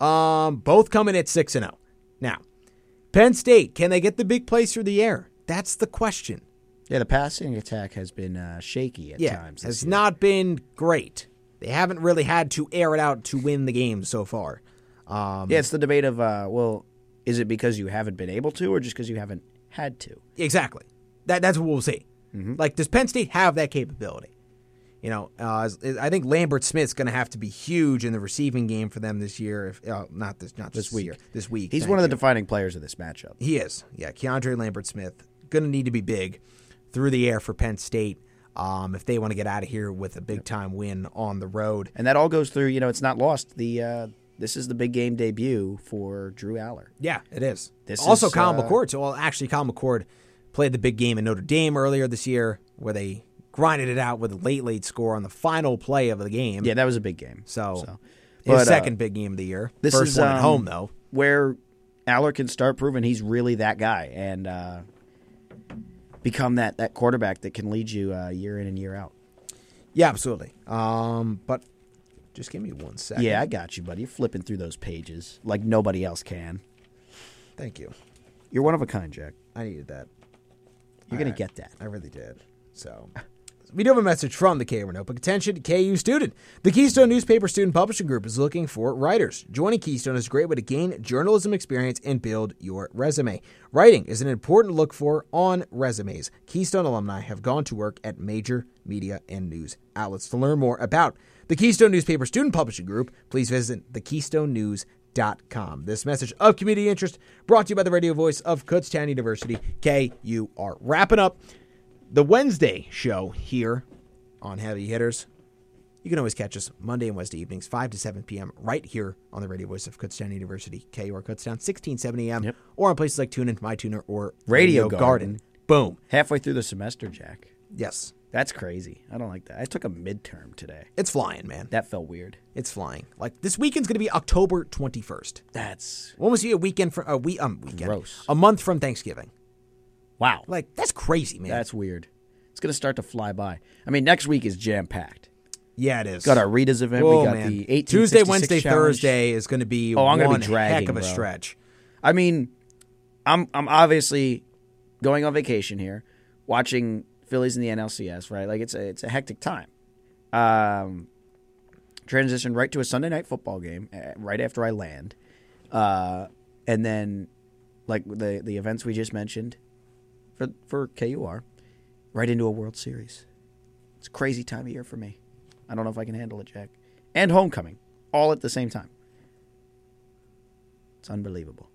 Um, both coming at six and zero. Now, Penn State can they get the big plays through the air? That's the question.
Yeah, the passing attack has been uh, shaky at times. this
Has
year.
not been great. They haven't really had to air it out to win the game so far. Um,
*laughs* Yeah, it's the debate of uh, well, is it because you haven't been able to, or just because you haven't had to?
Exactly. That that's what we'll see.
Mm-hmm.
Like, does Penn State have that capability? You know, uh, as- I think Lambert Smith's going to have to be huge in the receiving game for them this year. If uh, not this, not this,
week.
year, this week.
He's
thank
one of the
you.
defining players of this matchup.
He is. Yeah, Keandre Lambert Smith going to need to be big through the air for Penn State um, if they want to get out of here with a big time win on the road.
and that all goes through. You know, it's not lost. The uh, this is the big game debut for Drew Aller.
Yeah, it is.
This
also
is,
Kyle
uh,
McCord. So, well, actually, Kyle McCord played the big game in Notre Dame earlier this year, where they grinded it out with a late late score on the final play of the game.
Yeah, that was a big game.
So, his
But, uh,
second big game of the year.
This
First
is
one at
um,
home though.
where Aller can start proving he's really that guy and uh, become that that quarterback that can lead you uh, year in and year out.
Yeah, absolutely. Um, but just give me one second.
Yeah, I got you, buddy. You're flipping through those pages like nobody else can.
thank you.
You're one of a kind, Jack.
I needed that.
You're gonna
I-
get that.
I really did. So we do have a message from the KU Notebook. Attention, KU student. The Keystone Newspaper Student Publishing Group is looking for writers. Joining Keystone is a great way to gain journalism experience and build your resume. Writing is an important look for on resumes. Keystone alumni have gone to work at major media and news outlets. To learn more about the Keystone Newspaper Student Publishing Group, please visit thekeystonenews.com. This message of community interest brought to you by the radio voice of Kutztown University, KUR. Wrapping up the Wednesday show here on Heavy Hitters. You can always catch us Monday and Wednesday evenings, 5 to 7 p.m., right here on the radio voice of Kutztown University, KUR Kutztown, 1670 a.m., or on places like TuneIn, MyTuner, or
Radio
Garden. Boom.
Halfway through the semester, Jack.
Yes.
That's crazy. I don't like that. I took a midterm today.
It's flying, man.
That felt weird.
It's flying. Like this weekend's going to be October 21st.
That's
When was he a weekend from a week um weekend?
Gross.
A month from Thanksgiving.
wow.
Like that's crazy, man.
That's weird. It's gonna start to fly by. I mean, next week is jam packed.
yeah, it is.
Got our Rita's event.
Whoa,
we got
man.
the 18
Tuesday, Wednesday, Thursday is going to be
Oh, I'm gonna be
one
dragging,
heck of a
bro.
stretch.
I mean, I'm I'm obviously going on vacation here, watching Phillies in the NLCS, right? Like it's a it's a hectic time. Um, transition right to a Sunday night football game uh, right after I land, uh, and then like the the events we just mentioned for for KUR, right into a World Series. It's a crazy time of year for me. I don't know if I can handle it, Jack. And homecoming, all at the same time. It's unbelievable.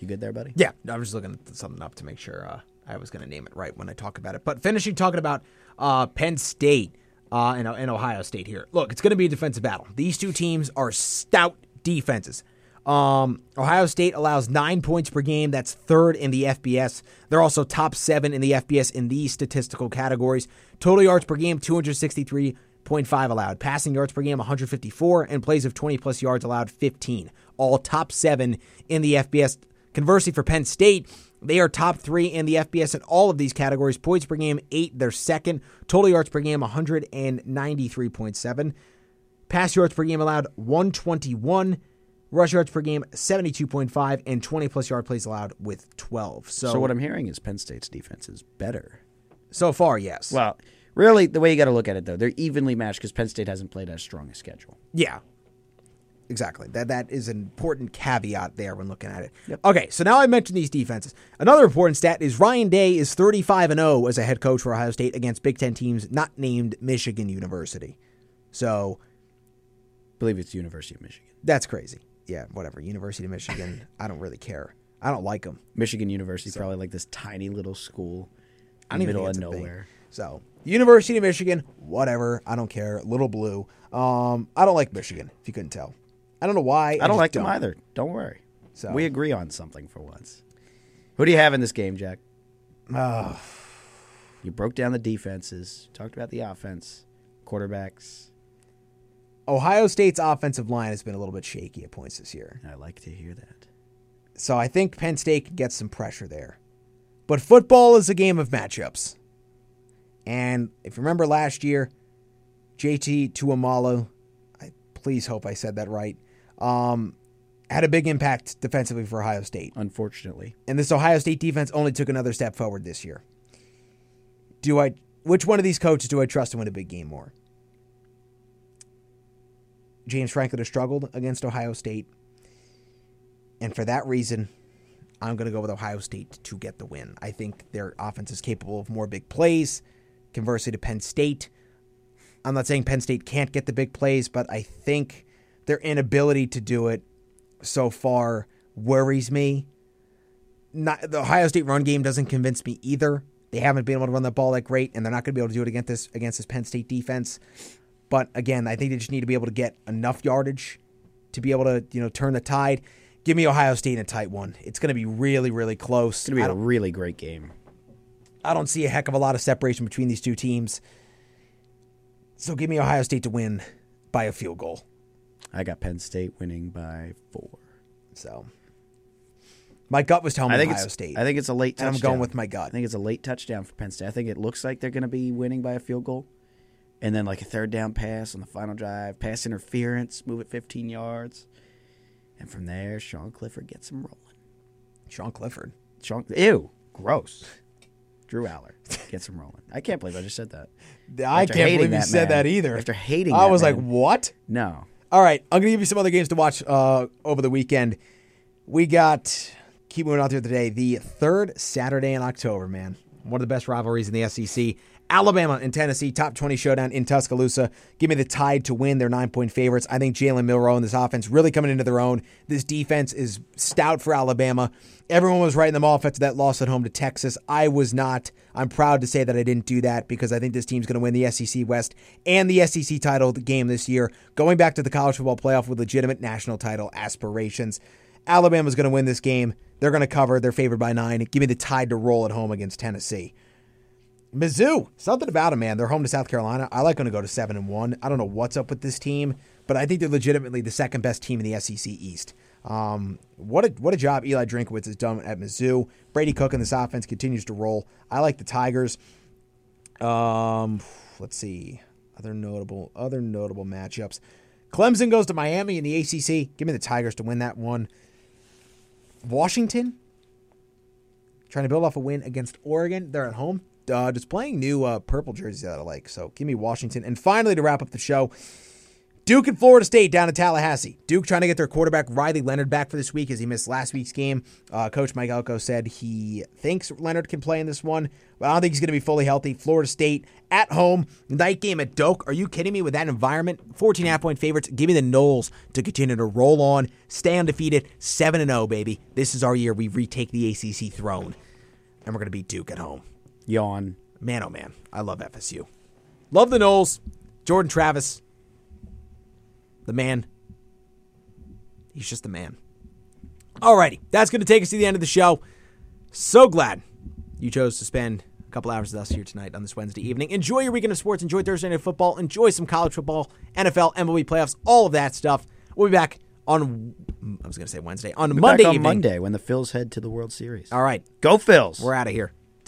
You good there, buddy?
Yeah, I was just looking at something up to make sure uh, I was going to name it right when I talk about it. But finishing talking about uh, Penn State uh, and, and Ohio State here. Look, it's going to be a defensive battle. These two teams are stout defenses. Um, Ohio State allows nine points per game. That's third in the FBS. They're also top seven in the FBS in these statistical categories. Total yards per game, 263.5 allowed. Passing yards per game, 154. And plays of 20 plus yards allowed, 15. All top seven in the FBS. Conversely, for Penn State, they are top three in the FBS in all of these categories. Points per game, eight. They're second. Total yards per game, 193.7. Pass yards per game allowed, 121. Rush yards per game, 72.5. And 20 plus yard plays allowed with 12. So,
So what I'm hearing is Penn State's defense is better.
so far, yes.
Well, really, the way you got to look at it though, they're evenly matched because Penn State hasn't played as strong a schedule.
Yeah. Exactly. That that is an important caveat there when looking at it. Okay, so now I mentioned these defenses. Another important stat is Ryan Day is 35 and 0 as a head coach for Ohio State against Big 10 teams not named Michigan University. So,
I believe it's University of Michigan,
that's crazy. Yeah, whatever. University of
*laughs*
Michigan, I don't really care. I don't like them.
Michigan University, probably like this tiny little school, in
I
the
don't even
middle of
think it's a thing.
nowhere.
So, University of Michigan, whatever. I don't care. Little blue. Um, I don't like Michigan, if you couldn't tell. I don't know why.
I don't
just
like them either. Don't worry,
So-
we agree on something for once. Who do you have in this game, Jack? You broke down the defenses, talked about the offense, quarterbacks.
Ohio State's offensive line has been a little bit shaky at points this year.
I like to hear that.
So I think Penn State could get some pressure there. But football is a game of matchups. And if you remember last year, JT Tuamalo, I please hope I said that right, um, had a big impact defensively for Ohio State.
Unfortunately,
And this Ohio State defense only took another step forward this year. Do I which one of these coaches do I trust to win a big game more? James Franklin has struggled against Ohio State. And for that reason, I'm going to go with Ohio State to get the win. I think their offense is capable of more big plays. Conversely to Penn State, I'm not saying Penn State can't get the big plays, but I think their inability to do it so far worries me. Not the Ohio State run game doesn't convince me either. They haven't been able to run the ball that great, and they're not going to be able to do it against this against this Penn State defense. But again, I think they just need to be able to get enough yardage to be able to you know turn the tide. Give me Ohio State in a tight one. It's going to be really really close.
it's gonna
I
be a
don't-
really great game.
I don't see a heck of a lot of separation between these two teams. So give me Ohio State to win by a field goal.
I got Penn State winning by four.
So my gut was telling me
I think
Ohio
it's
State.
I think it's a late.
And I'm
touchdown.
going with my gut.
I think it's a late touchdown for Penn State. I think it looks like they're going to be winning by a field goal, and then like a third down pass on the final drive, pass interference, move it 15 yards, and from there Sean Clifford gets him rolling.
Sean Clifford.
Sean, ew, gross. Drew Aller gets him rolling. I can't believe I just said that.
I
After
can't
hating
believe you
that
said
man.
that either.
After hating
I
that
was like,
man.
what?
No,
All right, I'm gonna give you some other games to watch uh, over the weekend. We got keep moving out there today. The third Saturday in October, man, one of the best rivalries in the SEC. Alabama and Tennessee, top 20 showdown in Tuscaloosa. Give me the tide to win. They're nine point favorites. I think Jalen Milrow and this offense really coming into their own. This defense is stout for Alabama. Everyone was writing them off after that loss at home to Texas. I was not. I'm proud to say that I didn't do that because I think this team's going to win the SEC West and the SEC title game this year, going back to the college football playoff with legitimate national title aspirations. Alabama's going to win this game. They're going to cover. They're favored by nine. Give me the tide to roll at home against Tennessee. Mizzou, something about them, man. They're home to South Carolina. I like going to go to seven and one. I don't know what's up with this team, but I think they're legitimately the second best team in the SEC East. Um, what a what a job Eli Drinkwitz has done at Mizzou. Brady Cook and this offense continues to roll. I like the Tigers. Um, let's see other notable other notable matchups. Clemson goes to Miami in the ACC. Give me the Tigers to win that one. Washington trying to build off a win against Oregon. They're at home. Uh, just playing new uh, purple jerseys that I like. So give me Washington. And finally, to wrap up the show, Duke and Florida State down in Tallahassee. Duke trying to get their quarterback Riley Leonard back for this week as he missed last week's game. Uh, Coach Mike Elko said he thinks Leonard can play in this one, but I don't think he's going to be fully healthy. Florida State at home, night game at Doak. Are you kidding me with that environment? 14 half point favorites. Give me the Knowles to continue to roll on, stay undefeated, 7 and 0, baby. This is our year. We retake the ACC throne, and we're going to beat Duke at home.
yawn.
Man, oh man, I love FSU. Love the Knowles. Jordan Travis, the man. He's just the man. Alrighty, that's going to take us to the end of the show. So glad you chose to spend a couple hours with us here tonight on this Wednesday evening. Enjoy your weekend of sports. Enjoy Thursday night football. Enjoy some college football, NFL, MLB playoffs, all of that stuff. We'll be back on. I was going to say Wednesday on Monday
Back on
evening.
Monday when the Phils head to the World Series.
All right,
Go Phils.
we're out of here.